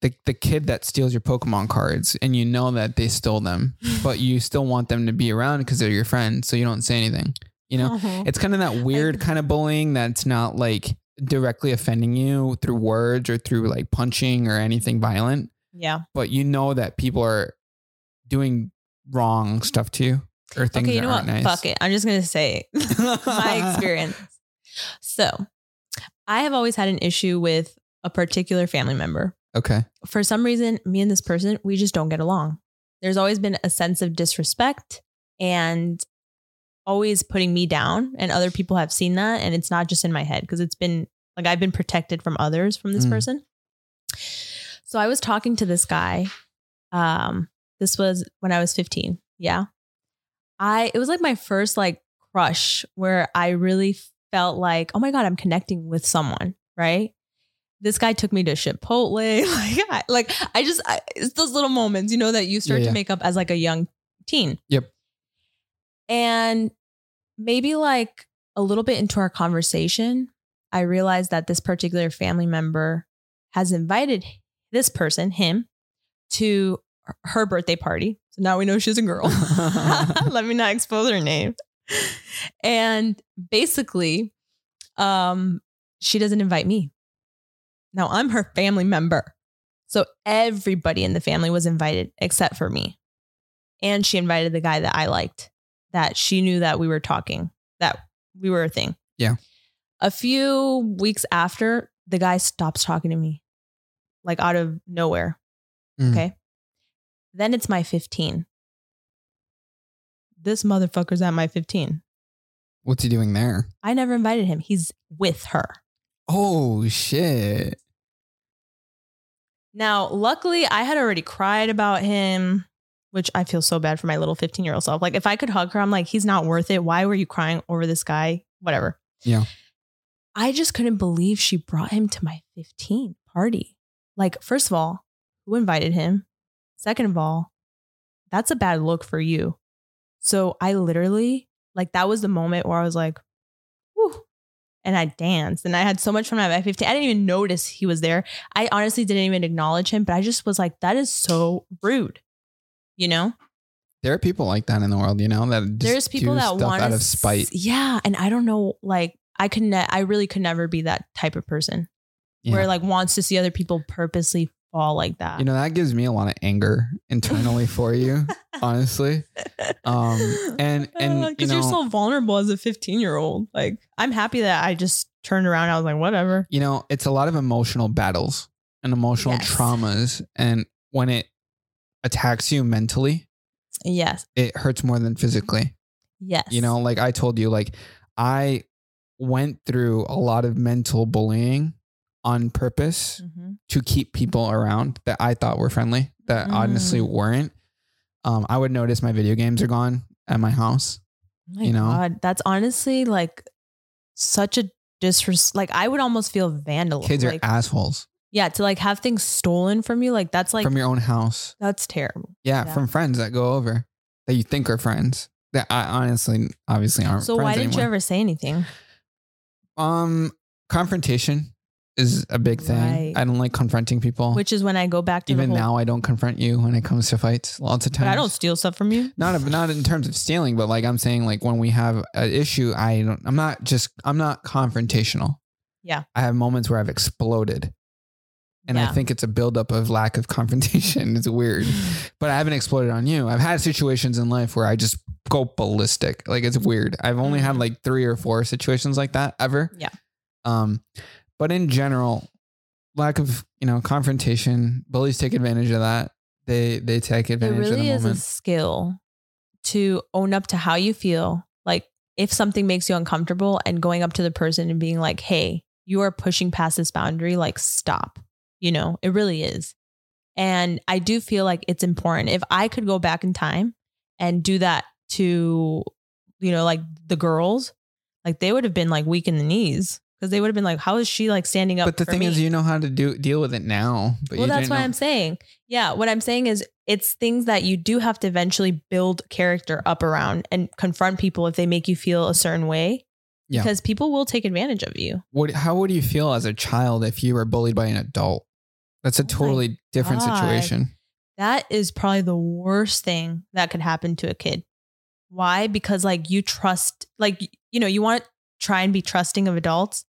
B: the the kid that steals your Pokemon cards, and you know that they stole them, but you still want them to be around because they're your friend, so you don't say anything. You know,
A: Uh-huh.
B: it's kind of that weird kind of bullying that's not like directly offending you through words or through like punching or anything violent,
A: yeah.
B: but you know that people are doing wrong stuff to you or things
A: Okay, you
B: that
A: know what?
B: aren't nice.
A: Fuck it. I'm just gonna say it. my experience. So, I have always had an issue with a particular family member.
B: Okay.
A: For some reason, me and this person, we just don't get along. There's always been a sense of disrespect and always putting me down, and other people have seen that, and it's not just in my head because it's been like I've been protected from others from this
B: Mm.
A: person. So I was talking to this guy. Um, this was when I was 15. Yeah. I it was like my first like crush where I really felt like, oh my God, I'm connecting with someone, right? This guy took me to Chipotle. Like I, like I just I, it's those little moments, you know, that you start
B: Yeah, yeah.
A: to make up as like a young teen.
B: Yep.
A: And maybe like a little bit into our conversation, I realized that this particular family member has invited this person, him, to her birthday party. So now we know she's a girl. Let me not expose her name. And basically, um, she doesn't invite me. Now I'm her family member. So everybody in the family was invited except for me. And she invited the guy that I liked, that she knew that we were talking, that we were a thing.
B: Yeah.
A: A few weeks after, the guy stops talking to me, like out of nowhere.
B: Mm.
A: Okay. Then it's my 15. This motherfucker's at my 15.
B: What's he doing there?
A: I never invited him. He's with her.
B: Oh shit.
A: Now, luckily, I had already cried about him, which I feel so bad for my little 15 year old self. Like, if I could hug her, I'm like, he's not worth it. Why were you crying over this guy? Whatever.
B: Yeah.
A: I just couldn't believe she brought him to my 15 party. Like, first of all, who invited him? Second of all, that's a bad look for you. So I literally, like, that was the moment where I was like, whew. And I danced and I had so much fun at my 15. I didn't even notice he was there. I honestly didn't even acknowledge him, but I just was like, that is so rude. You know,
B: There are people like that in the world, you know, that just
A: there's people
B: do
A: that
B: stuff
A: want
B: out of spite.
A: Yeah. And I don't know, like, I could, ne- I really could never be that type of person
B: Yeah.
A: where like wants to see other people purposely fall like that.
B: You know, that gives me a lot of anger internally for you, honestly. Um, and and you
A: because
B: know,
A: Uh, Oh, you're so vulnerable as a 15 year old. Like, I'm happy that I just turned around. I was like, whatever.
B: you know, it's a lot of emotional battles and emotional
A: Yes.
B: traumas, and when it attacks you mentally,
A: Yes.
B: it hurts more than physically.
A: Yes.
B: You know, like I told you, like I went through a lot of mental bullying on purpose
A: Mhm.
B: to keep people around that I thought were friendly that honestly
A: Mm.
B: weren't. Um, I would notice my video games are gone at my house.
A: My
B: you know?
A: God, that's honestly like such a disrespect. Like, I would almost feel vandal.
B: Kids
A: like,
B: are assholes
A: yeah, to like have things stolen from you. Like, that's like,
B: from your own house.
A: that's terrible.
B: Yeah,
A: Yeah.
B: from friends that go over that you think are friends that I honestly, obviously aren't.
A: So,
B: friends
A: why didn't you
B: anymore.
A: ever say anything?
B: Um, confrontation is a big thing.
A: Right.
B: I don't like confronting people.
A: Which is when I go back to
B: even
A: the whole,
B: now, I don't confront you when it comes to fights. Lots of
A: but
B: times,
A: I don't steal stuff from you.
B: not not in terms of stealing, but like I'm saying, like when we have an issue, I don't. I'm not just. I'm not confrontational.
A: Yeah.
B: I have moments where I've exploded, and I
A: Yeah.
B: think it's a buildup of lack of confrontation. It's weird, but I haven't exploded on you. I've had situations in life where I just go ballistic. Like it's weird. I've only had
A: Mhm.
B: like three or four situations like that ever.
A: Yeah.
B: Um, but in general, lack of you know confrontation, bullies take advantage of that. They they take
A: It
B: advantage of the
A: really is
B: moment.
A: a skill to own up to how you feel. Like if something makes you uncomfortable and going up to the person and being like, hey, you are pushing past this boundary, like stop. You know, it really is. And I do feel like it's important. If I could go back in time and do that to, you know, like the girls, like they would have been like weak in the knees because they would have been like, how is she like standing up?
B: But the
A: for
B: thing
A: me?
B: is, you know how to do deal with it now. But
A: well,
B: you
A: that's
B: didn't
A: what
B: know-
A: I'm saying. Yeah, what I'm saying is it's things that you do have to eventually build character up around and confront people if they make you feel a certain way.
B: Yeah.
A: because people will take advantage of you.
B: What? How would you feel as a child if you were bullied by an adult? That's a
A: Oh my
B: totally different
A: God.
B: situation.
A: That is probably the worst thing that could happen to a kid. Why? Because like you trust, like, you know, you want to try and be trusting of adults.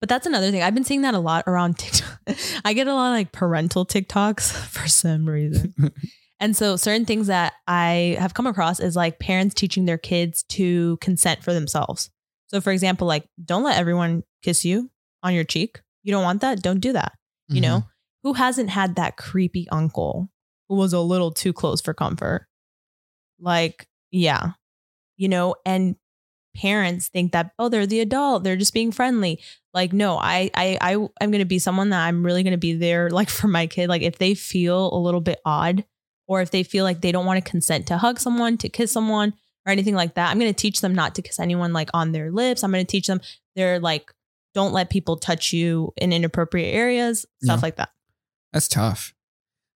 A: But that's another thing. I've been seeing that a lot around TikTok. I get a lot of like parental TikToks for some reason. and so certain things that I have come across is like parents teaching their kids to consent for themselves. So for example, like don't let everyone kiss you on your cheek. You don't want that? Don't do that. You
B: Mhm.
A: know, who hasn't had that creepy uncle who was a little too close for comfort? Like, yeah, you know, and parents think that, oh, they're the adult, they're just being friendly. Like, no, I, I, I am going to be someone that I'm really going to be there, like for my kid. Like, if they feel a little bit odd or if they feel like they don't want to consent to hug someone, to kiss someone, or anything like that, I'm going to teach them not to kiss anyone like on their lips. I'm going to teach them they're like, don't let people touch you in inappropriate areas, stuff
B: Yeah.
A: like that.
B: That's tough.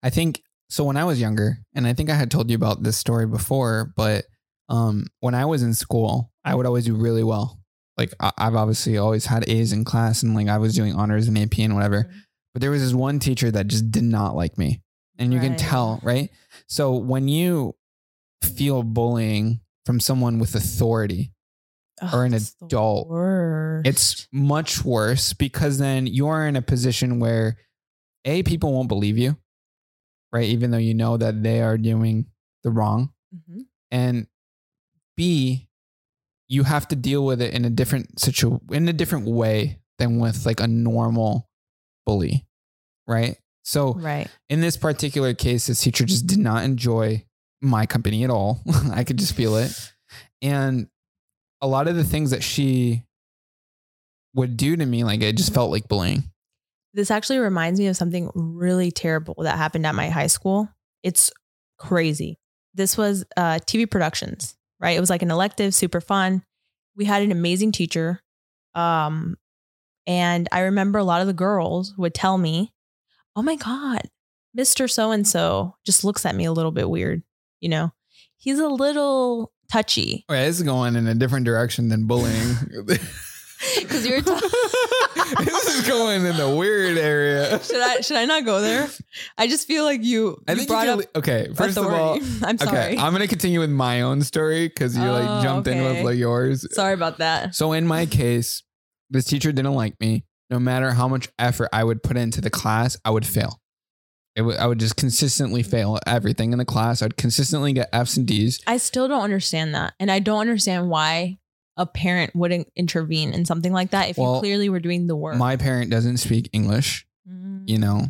B: I think so when I was younger, and I think I had told you about this story before, but um, when I was in school, I would always do really well. Like I- I've obviously always had A's in class, and like I was doing honors and AP and whatever. But there was this one teacher that just did not like me, and you can
A: Right.
B: tell, right? So when you feel bullying from someone with authority,
A: Ugh,
B: or an
A: it's the
B: adult.
A: worst.
B: it's much worse because then you're in a position where a people won't believe you right even though you know that they are doing the wrong
A: Mhm.
B: and b you have to deal with it in a different situ in a different way than with like a normal bully right so
A: right.
B: in this particular case, this teacher just did not enjoy my company at all. I could just feel it. And a lot of the things that she would do to me, like it just felt like bullying.
A: This actually reminds me of something really terrible that happened at my high school. It's crazy. This was uh, TV productions, right? It was like an elective, super fun. We had an amazing teacher. Um, and I remember a lot of the girls would tell me, Oh my God, Mr. So and so just looks at me a little bit weird. You know, he's a little touchy.
B: Okay, this is going in a different direction than bullying.
A: 'Cause you were talking-
B: this is going in the weird area.
A: should I should I not go there? I just feel like you,
B: I
A: you
B: think you
A: brought
B: can
A: up
B: le- okay. First of all,
A: authority. I'm sorry.
B: okay, I'm gonna continue with my own story because you
A: Oh,
B: like jumped in with
A: okay.
B: like yours.
A: sorry about that.
B: So in my case, this teacher didn't like me. No matter how much effort I would put into the class, I would fail. It would- I would just consistently fail at everything in the class. I'd consistently get F's and D's.
A: I still don't understand that, and I don't understand why a parent wouldn't intervene in something like that if you
B: Well,
A: clearly were doing the work.
B: My parent doesn't speak English,
A: Mm.
B: you know.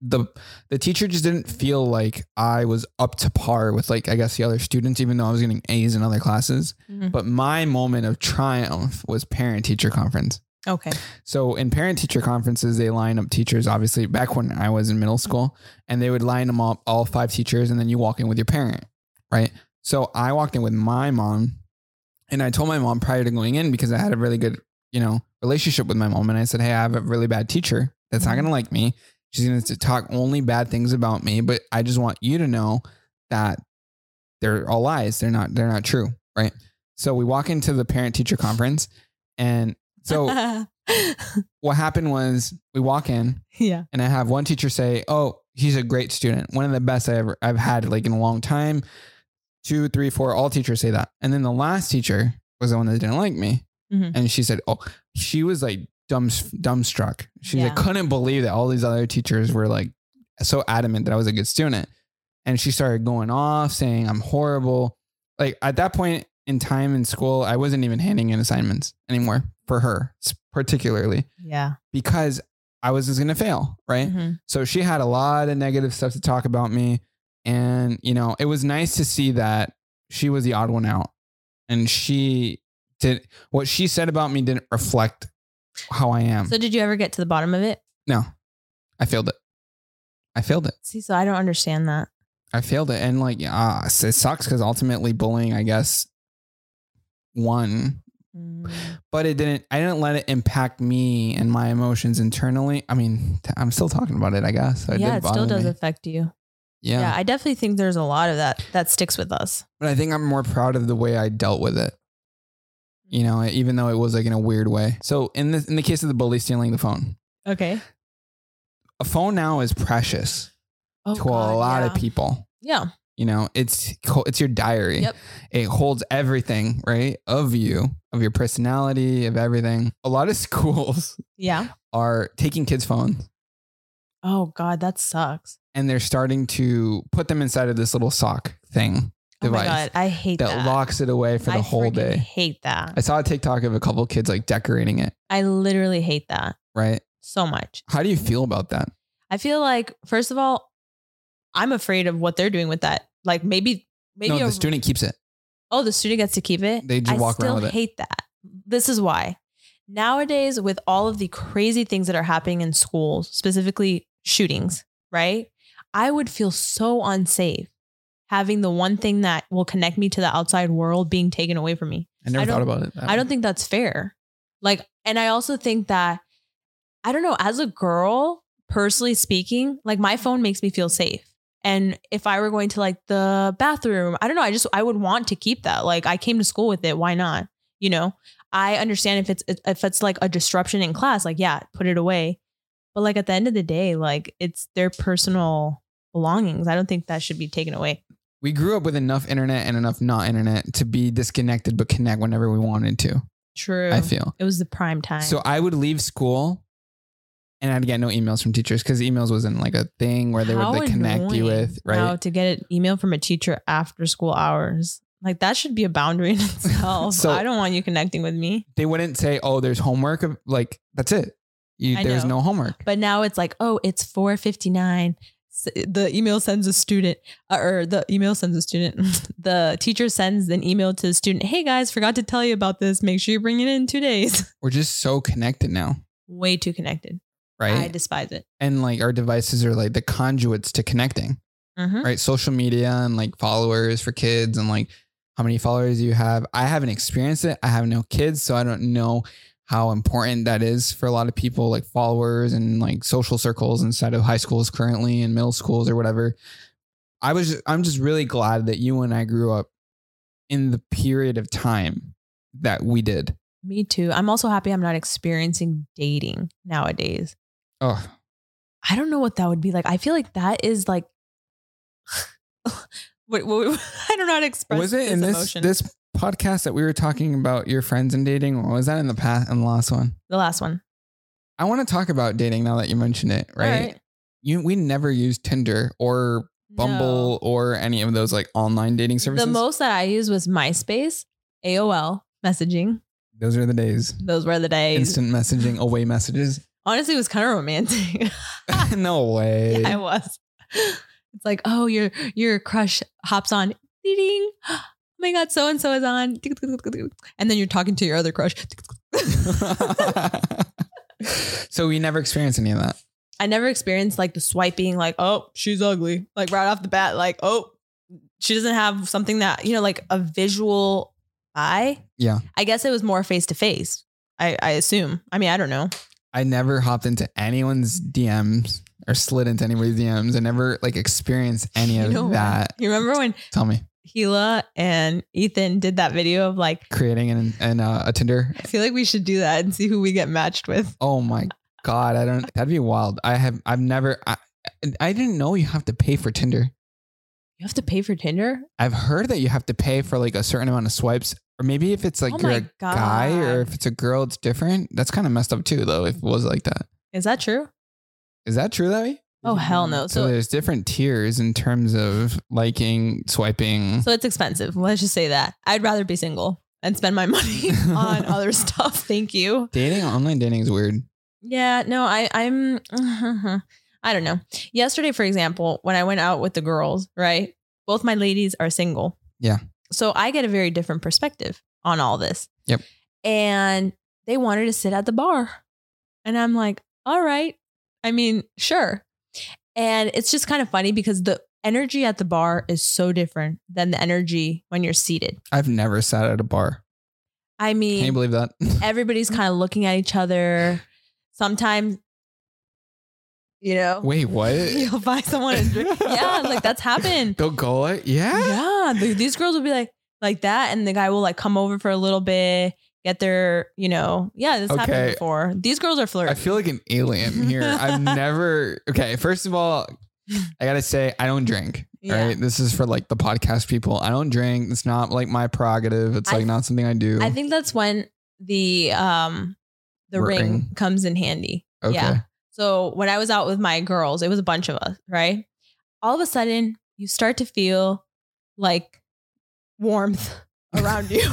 B: The the teacher just didn't feel like I was up to par with like I guess the other students, even though I was getting A's in other classes.
A: Mhm.
B: But my moment of triumph was parent teacher conference.
A: Okay.
B: So in parent teacher conferences, they line up teachers. Obviously, back when I was in middle school, and they would line them up, all five teachers, and then you walk in with your parent, right? So I walked in with my mom, and I told my mom prior to going in because I had a really good, you know, relationship with my mom, and I said, "Hey, I have a really bad teacher that's not gonna like me. She's gonna t- talk only bad things about me, but I just want you to know that they're all lies. They're not. They're not true, right?" So we walk into the parent teacher conference, and so what happened was we walk in
A: yeah.
B: and I have one teacher say, Oh, he's a great student. One of the best I ever I've had like in a long time. Two, three, four, all teachers say that. And then the last teacher was the one that didn't like me.
A: Mhm.
B: And she said, Oh, she was like dumb dumbstruck. She
A: Yeah.
B: like, couldn't believe that all these other teachers were like so adamant that I was a good student. And she started going off saying I'm horrible. Like at that point in time in school, I wasn't even handing in assignments anymore for her s- particularly
A: Yeah.
B: because I was just going to fail, right?
A: Mhm.
B: So she had a lot of negative stuff to talk about me. And, you know, it was nice to see that she was the odd one out. And she did what she said about me didn't reflect how I am.
A: So did you ever get to the bottom of it?
B: no, I failed it. I failed it.
A: See, so I don't understand that.
B: I failed it. And like, ah, it sucks because ultimately bullying, I guess, won
A: Mm.
B: but it didn't i didn't let it impact me and my emotions internally i mean t- i'm still talking about it i guess so it
A: yeah,
B: did
A: it
B: bother
A: still does
B: me.
A: affect you.
B: yeah.
A: yeah, I definitely think there's a lot of that that sticks with us.
B: but i think i'm more proud of the way i dealt with it you know,
A: Mm-hmm.
B: even though it was like in a weird way. So in this, in the case of the bully stealing the phone,
A: Okay.
B: a phone now is precious
A: Oh,
B: to
A: God,
B: a lot
A: yeah.
B: of people.
A: Yeah.
B: You know, it's co- it's your diary.
A: Yep.
B: It holds everything, right, of you, of your personality, of everything. A lot of schools
A: Yeah.
B: are taking kids' phones
A: Oh God, that sucks.
B: and they're starting to put them inside of this little sock thing
A: Oh my
B: device
A: God, I hate that.
B: that, locks it away for the
A: I
B: whole
A: freaking
B: day.
A: Hate that.
B: I saw a TikTok of a couple kids like decorating it,
A: I literally hate that
B: right?
A: so much.
B: How do you feel about that?
A: I feel like, first of all, I'm afraid of what they're doing with that. Like maybe, maybe
B: no,
A: a-
B: the student keeps it.
A: oh, the student gets to keep it.
B: They just
A: I
B: walk around
A: still
B: with it.
A: hate that. This is why. Nowadays, with all of the crazy things that are happening in schools, specifically shootings, right? I would feel so unsafe having the one thing that will connect me to the outside world being taken away from me.
B: I never
A: I
B: thought
A: don't-
B: about it. that
A: I
B: way.
A: don't think that's fair. Like, and I also think that, I don't know, as a girl, personally speaking, like my phone makes me feel safe. And if I were going to like the bathroom, I don't know, I just, I would want to keep that. Like, I came to school with it. Why not? You know, I understand if it's, if it's like a disruption in class, like, yeah, put it away. But like at the end of the day, like it's their personal belongings. I don't think that should be taken away.
B: we grew up with enough internet and enough not internet to be disconnected but connect whenever we wanted to.
A: True.
B: I feel.
A: it was the prime time.
B: So I would leave school and I'd get no emails from teachers because emails wasn't like a thing where they
A: How
B: would like connect you
A: annoying.
B: with, right?
A: Now to get an email from a teacher after school hours, like that should be a boundary in itself.
B: So-
A: I don't want you connecting with me.
B: They wouldn't say, "Oh, there's homework." of- Like that's it. You,
A: I
B: there's
A: know.
B: no homework.
A: But now it's like, oh, it's four fifty nine. The email sends a student, uh, or the email sends a student. the teacher sends an email to the student. Hey guys, forgot to tell you about this. Make sure you bring it in two days.
B: We're just so connected now,
A: Way too connected.
B: right?
A: I despise it.
B: and like our devices are like the conduits to connecting.
A: Mhm.
B: right? Social media and like followers for kids and like how many followers you have. I haven't experienced it. I have no kids, so I don't know how important that is for a lot of people, like followers and like social circles inside of high schools currently and middle schools or whatever. I was I'm just really glad that you and I grew up in the period of time that we did.
A: Me too. I'm also happy I'm not experiencing dating nowadays.
B: Oh,
A: I don't know what that would be like. I feel like that is like, what, what, I don't know how to express.
B: was it in this
A: emotion.
B: this podcast that we were talking about your friends and dating, or was that in the past in the last one?
A: the last one?
B: I want to talk about dating now that you mention it, right?
A: All
B: You we never used Tinder or Bumble or any of those like online dating
A: No.
B: services.
A: The most that I used was MySpace, AOL messaging.
B: those are the days.
A: Those were the days.
B: Instant messaging, away messages.
A: Honestly, it was kind of romantic.
B: no way.
A: I was. It's like, oh, your your crush hops on. Ding, ding. Oh my god, so and so is on. Ding, ding, ding, ding. And then you're talking to your other crush.
B: so we never experienced any of that.
A: I never experienced like the swiping, like, oh, she's ugly. Like right off the bat, like, oh, she doesn't have something that, you know, like a visual eye.
B: Yeah.
A: I guess it was more face to face. I, I assume. I mean, I don't know.
B: I never hopped into anyone's DMs or slid into anybody's DMs. I never like experienced any
A: You
B: of
A: know what?
B: that.
A: You remember when
B: Tell me,
A: Gila and Ethan did that video of like,
B: creating an, an uh, a Tinder
A: I feel like we should do that and see who we get matched with.
B: Oh my god, I don't. That'd be wild. I have. I've never. I, I didn't know you have to pay for Tinder.
A: You have to pay for Tinder?
B: I've heard that you have to pay for like a certain amount of swipes, or maybe if it's like
A: Oh
B: you're
A: my
B: a guy or
A: God.
B: if it's a girl, it's different. That's kind of messed up too, though. If it was like that,
A: Is that true?
B: is that true, Levy?
A: Oh, hell no.
B: So,
A: So-
B: there's different tiers in terms of liking, swiping.
A: So it's expensive. Let's just say that. I'd rather be single and spend my money on other stuff. Thank you.
B: dating, online dating is weird.
A: Yeah, no, I I'm I don't know. Yesterday, for example, when I went out with the girls, right? Both my ladies are single.
B: Yeah.
A: So I get a very different perspective on all this.
B: Yep.
A: And they wanted to sit at the bar. And I'm like, "All right. I mean, sure." And it's just kind of funny because the energy at the bar is so different than the energy when you're seated.
B: I've never sat at a bar.
A: I mean,
B: Can you believe that?
A: everybody's kind of looking at each other. Sometimes, you know,
B: Wait, what?
A: you'll buy someone a drink. Yeah, like that's happened.
B: They'll go like, yeah.
A: Yeah, the- these girls will be like like that, and the guy will like come over for a little bit. get their, you know, yeah, this happened
B: Okay.
A: before. These girls are
B: I
A: flirting.
B: feel like an alien here. I've never. Okay, first of all, I gotta say I don't drink.
A: Yeah.
B: Right, this is for like the podcast people. I don't drink. It's not like my prerogative. It's
A: I-
B: like not something I do.
A: I, think that's when the um the ring,
B: Ring.
A: comes in handy.
B: okay.
A: Yeah. So when I was out with my girls, it was a bunch of us, right? All of a sudden, you start to feel like warmth around you.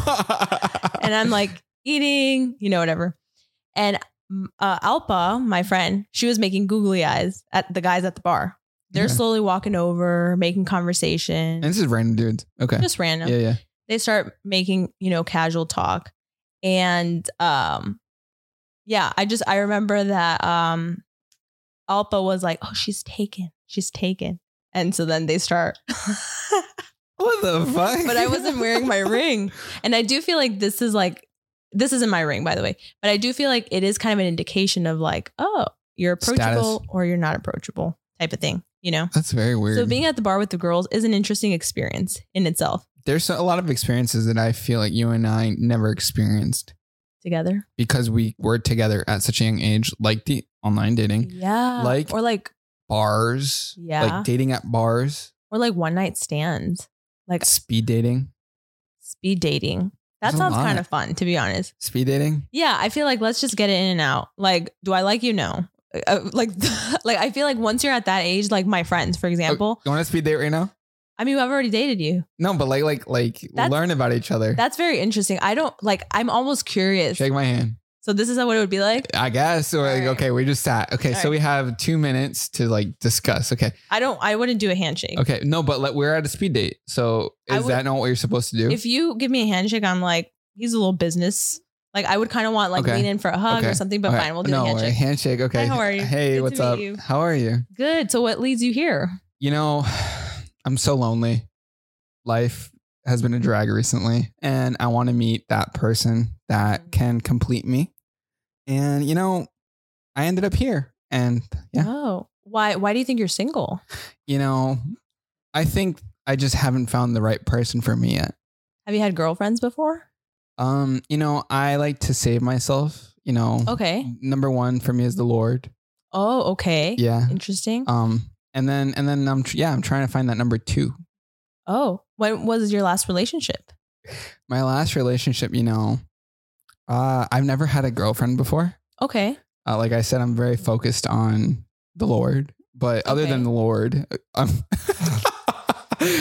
A: and I'm like eating, you know, whatever. And mm, uh, Alpa, my friend, she was making googly eyes at the guys at the bar. They're
B: Okay.
A: slowly walking over, making conversation,
B: And this is random dudes. Okay.
A: just random.
B: yeah, yeah.
A: They start making, you know, casual talk, and um, yeah, I just I remember that um, Alpa was like, "Oh, she's taken, she's taken," and so then they start.
B: What the fuck?
A: Mm-hmm. but I wasn't wearing my ring. And I do feel like this is like this isn't my ring, by the way. But I do feel like it is kind of an indication of like, oh, you're approachable
B: Status.
A: or you're not approachable type of thing, you know?
B: That's very weird.
A: So being at the bar with the girls is an interesting experience in itself
B: There's a lot of experiences that I feel like you and I never experienced
A: together.
B: because we were together at such a young age, like the online dating,
A: Yeah.
B: Like-
A: or like
B: bars,
A: Mm-hmm. Yeah.
B: like dating at bars,
A: or like one night stands, like
B: speed dating,
A: speed dating. That
B: There's a
A: sounds
B: lot.
A: kind of fun, to be honest.
B: speed dating.
A: Yeah, I feel like let's just get it in and out. Like, do I like you? No. Uh, like, like I feel like once you're at that age, like my friends,
B: Oh
A: for example,
B: You want to speed date right now?
A: I mean, I've already dated you.
B: No, but like, like, like,
A: That's-
B: learn about each other.
A: That's very interesting. I don't like. I'm almost curious.
B: Shake my hand.
A: So this is what it would be like.
B: I guess. So like,
A: All right.
B: okay, we just sat. Okay,
A: All
B: so
A: right.
B: we have two minutes to like discuss. Okay,
A: I don't. I wouldn't do a handshake.
B: okay, no, but like, we're at a speed date. So
A: I
B: is
A: would-
B: that not what you're supposed to do?
A: If you give me a handshake, I'm like, he's a little business. Like I would kind of want like
B: Okay.
A: lean in for a hug
B: Okay.
A: or something. But
B: Okay.
A: fine, we'll do
B: no,
A: the handshake.
B: a handshake. Okay.
A: how are you?
B: Hey,
A: Good to
B: what's
A: meet
B: up?
A: you.
B: How are you?
A: Good. So what leads you here?
B: You know, I'm so lonely. Life has been a drag recently, and I want to meet that person
A: Mm-hmm.
B: that can complete me. And you know, I ended up here, and yeah,
A: Oh, why? Why do you think you're single?
B: you know, I think I just haven't found the right person for me yet.
A: Have you had girlfriends before?
B: Um, you know, I like to save myself. You know,
A: Okay.
B: number one for me is the Lord.
A: Oh, okay.
B: Mm.
A: Mm-hmm.
B: Yeah.
A: Interesting.
B: Um, and then and then I'm tr- yeah I'm trying to find that number two.
A: oh, when was your last relationship?
B: my last relationship, you know, uh, I've never had a girlfriend before.
A: Okay.
B: Uh, like I said, I'm very focused on the Lord, but other
A: Okay.
B: than the Lord, uh, I'm,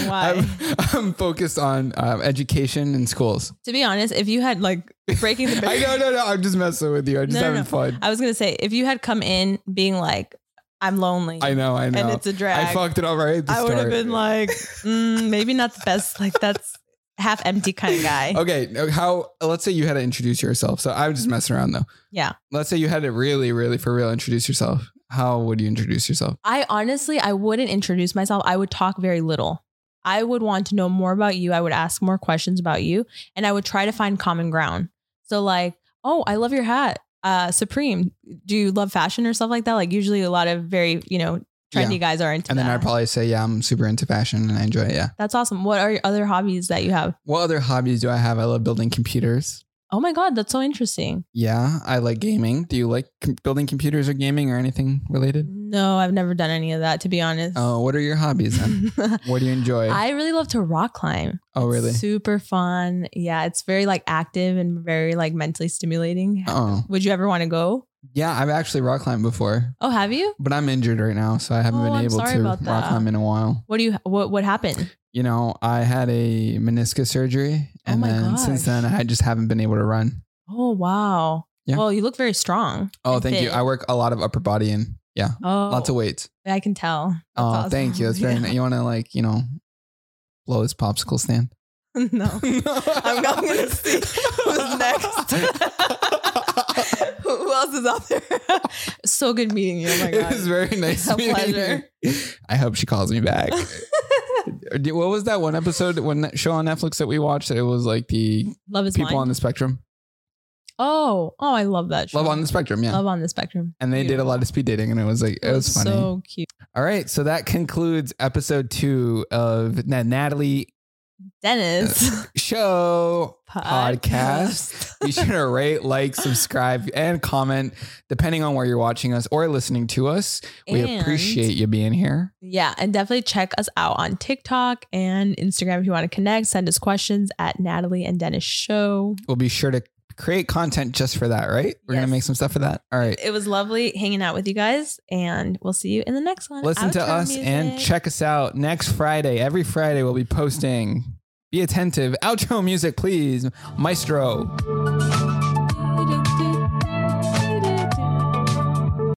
A: Why?
B: I'm, I'm focused on um, education and schools.
A: To be honest, if you had like breaking the
B: I
A: barrier.
B: know, no, no. I'm just messing with you. I'm just
A: No, no,
B: having
A: no.
B: fun.
A: I was gonna say if you had come in being like, I'm lonely.
B: I know, I
A: and
B: know.
A: it's a drag.
B: I fucked it up right at the
A: I would have
B: start.
A: been like, mm, maybe not the best. Like that's half empty kind of guy.
B: Okay, no, how? Let's say you had to introduce yourself. So I'm just messing around though.
A: Yeah.
B: Let's say you had to really, really for real introduce yourself. How would you introduce yourself?
A: I honestly, I wouldn't introduce myself. I would talk very little. I would want to know more about you. I would ask more questions about you, and I would try to find common ground. So like, oh, I love your hat. Uh, Supreme. Do you love fashion or stuff like that? Like usually, a lot of very you know trendy
B: Yeah.
A: guys are into.
B: And then
A: that.
B: I'd probably say, yeah, I'm super into fashion and I enjoy it. Yeah.
A: That's awesome. What are your other hobbies that you have?
B: What other hobbies do I have? I love building computers.
A: Oh my god, that's so interesting.
B: Yeah, I like gaming. Do you like com- building computers or gaming or anything related?
A: No, I've never done any of that to be honest.
B: Oh, what are your hobbies then? what do you enjoy?
A: I really love to rock climb.
B: oh, really?
A: Super fun. Yeah, it's very like active and very like mentally stimulating.
B: Oh,
A: Would you ever want to go?
B: yeah, I've actually rock climbed before,
A: Oh, have you?
B: but I'm injured right now, so I haven't
A: Oh,
B: been
A: I'm
B: able
A: sorry
B: to
A: about
B: rock
A: that.
B: climb in a while.
A: What do you what what happened?
B: You know, I had a meniscus surgery,
A: Oh
B: and
A: my
B: then since
A: gosh.
B: then, I just haven't been able to run.
A: Oh wow.
B: Yeah.
A: Well, you look very strong.
B: Oh,
A: and
B: thank you.
A: fit.
B: I work a lot of upper body and yeah,
A: oh,
B: lots of weights.
A: I can tell. That's
B: Oh, thank you. That's
A: awesome.
B: very nice. You want to like, you know, blow his popsicle stand?
A: Yeah. no. I'm not gonna see who's Oh next. Who else is out there? so good meeting you. Oh my
B: it was
A: god.
B: very nice.
A: A
B: meeting
A: pleasure.
B: you. I hope she calls me back. Uh, Do- what was that one episode, one that show on Netflix that we watched? It was like the
A: Love is
B: people
A: blind.
B: on the spectrum.
A: Oh, oh, I love that show.
B: Love on the spectrum, yeah.
A: Love on the spectrum.
B: and they did a lot of speed dating, and it was like it was funny.
A: So cute.
B: All right, so that concludes episode two of Na- Natalie
A: Dennis
B: show podcast. Be sure to rate, like, subscribe, and comment, depending on where you're watching us or listening to us. We
A: And-
B: appreciate you being here.
A: Yeah, and definitely check us out on TikTok and Instagram if you want to connect. Send us questions at Natalie and Dennis Show.
B: We'll be sure to create content just for that, right? We're
A: Yes.
B: gonna make some stuff for that. All right.
A: It was lovely hanging out with you guys, and we'll see you in the next one.
B: Listen to
A: Outro
B: us and
A: music.
B: check us out next Friday. Every Friday we'll be posting. Be attentive. Outro music, please. Maestro.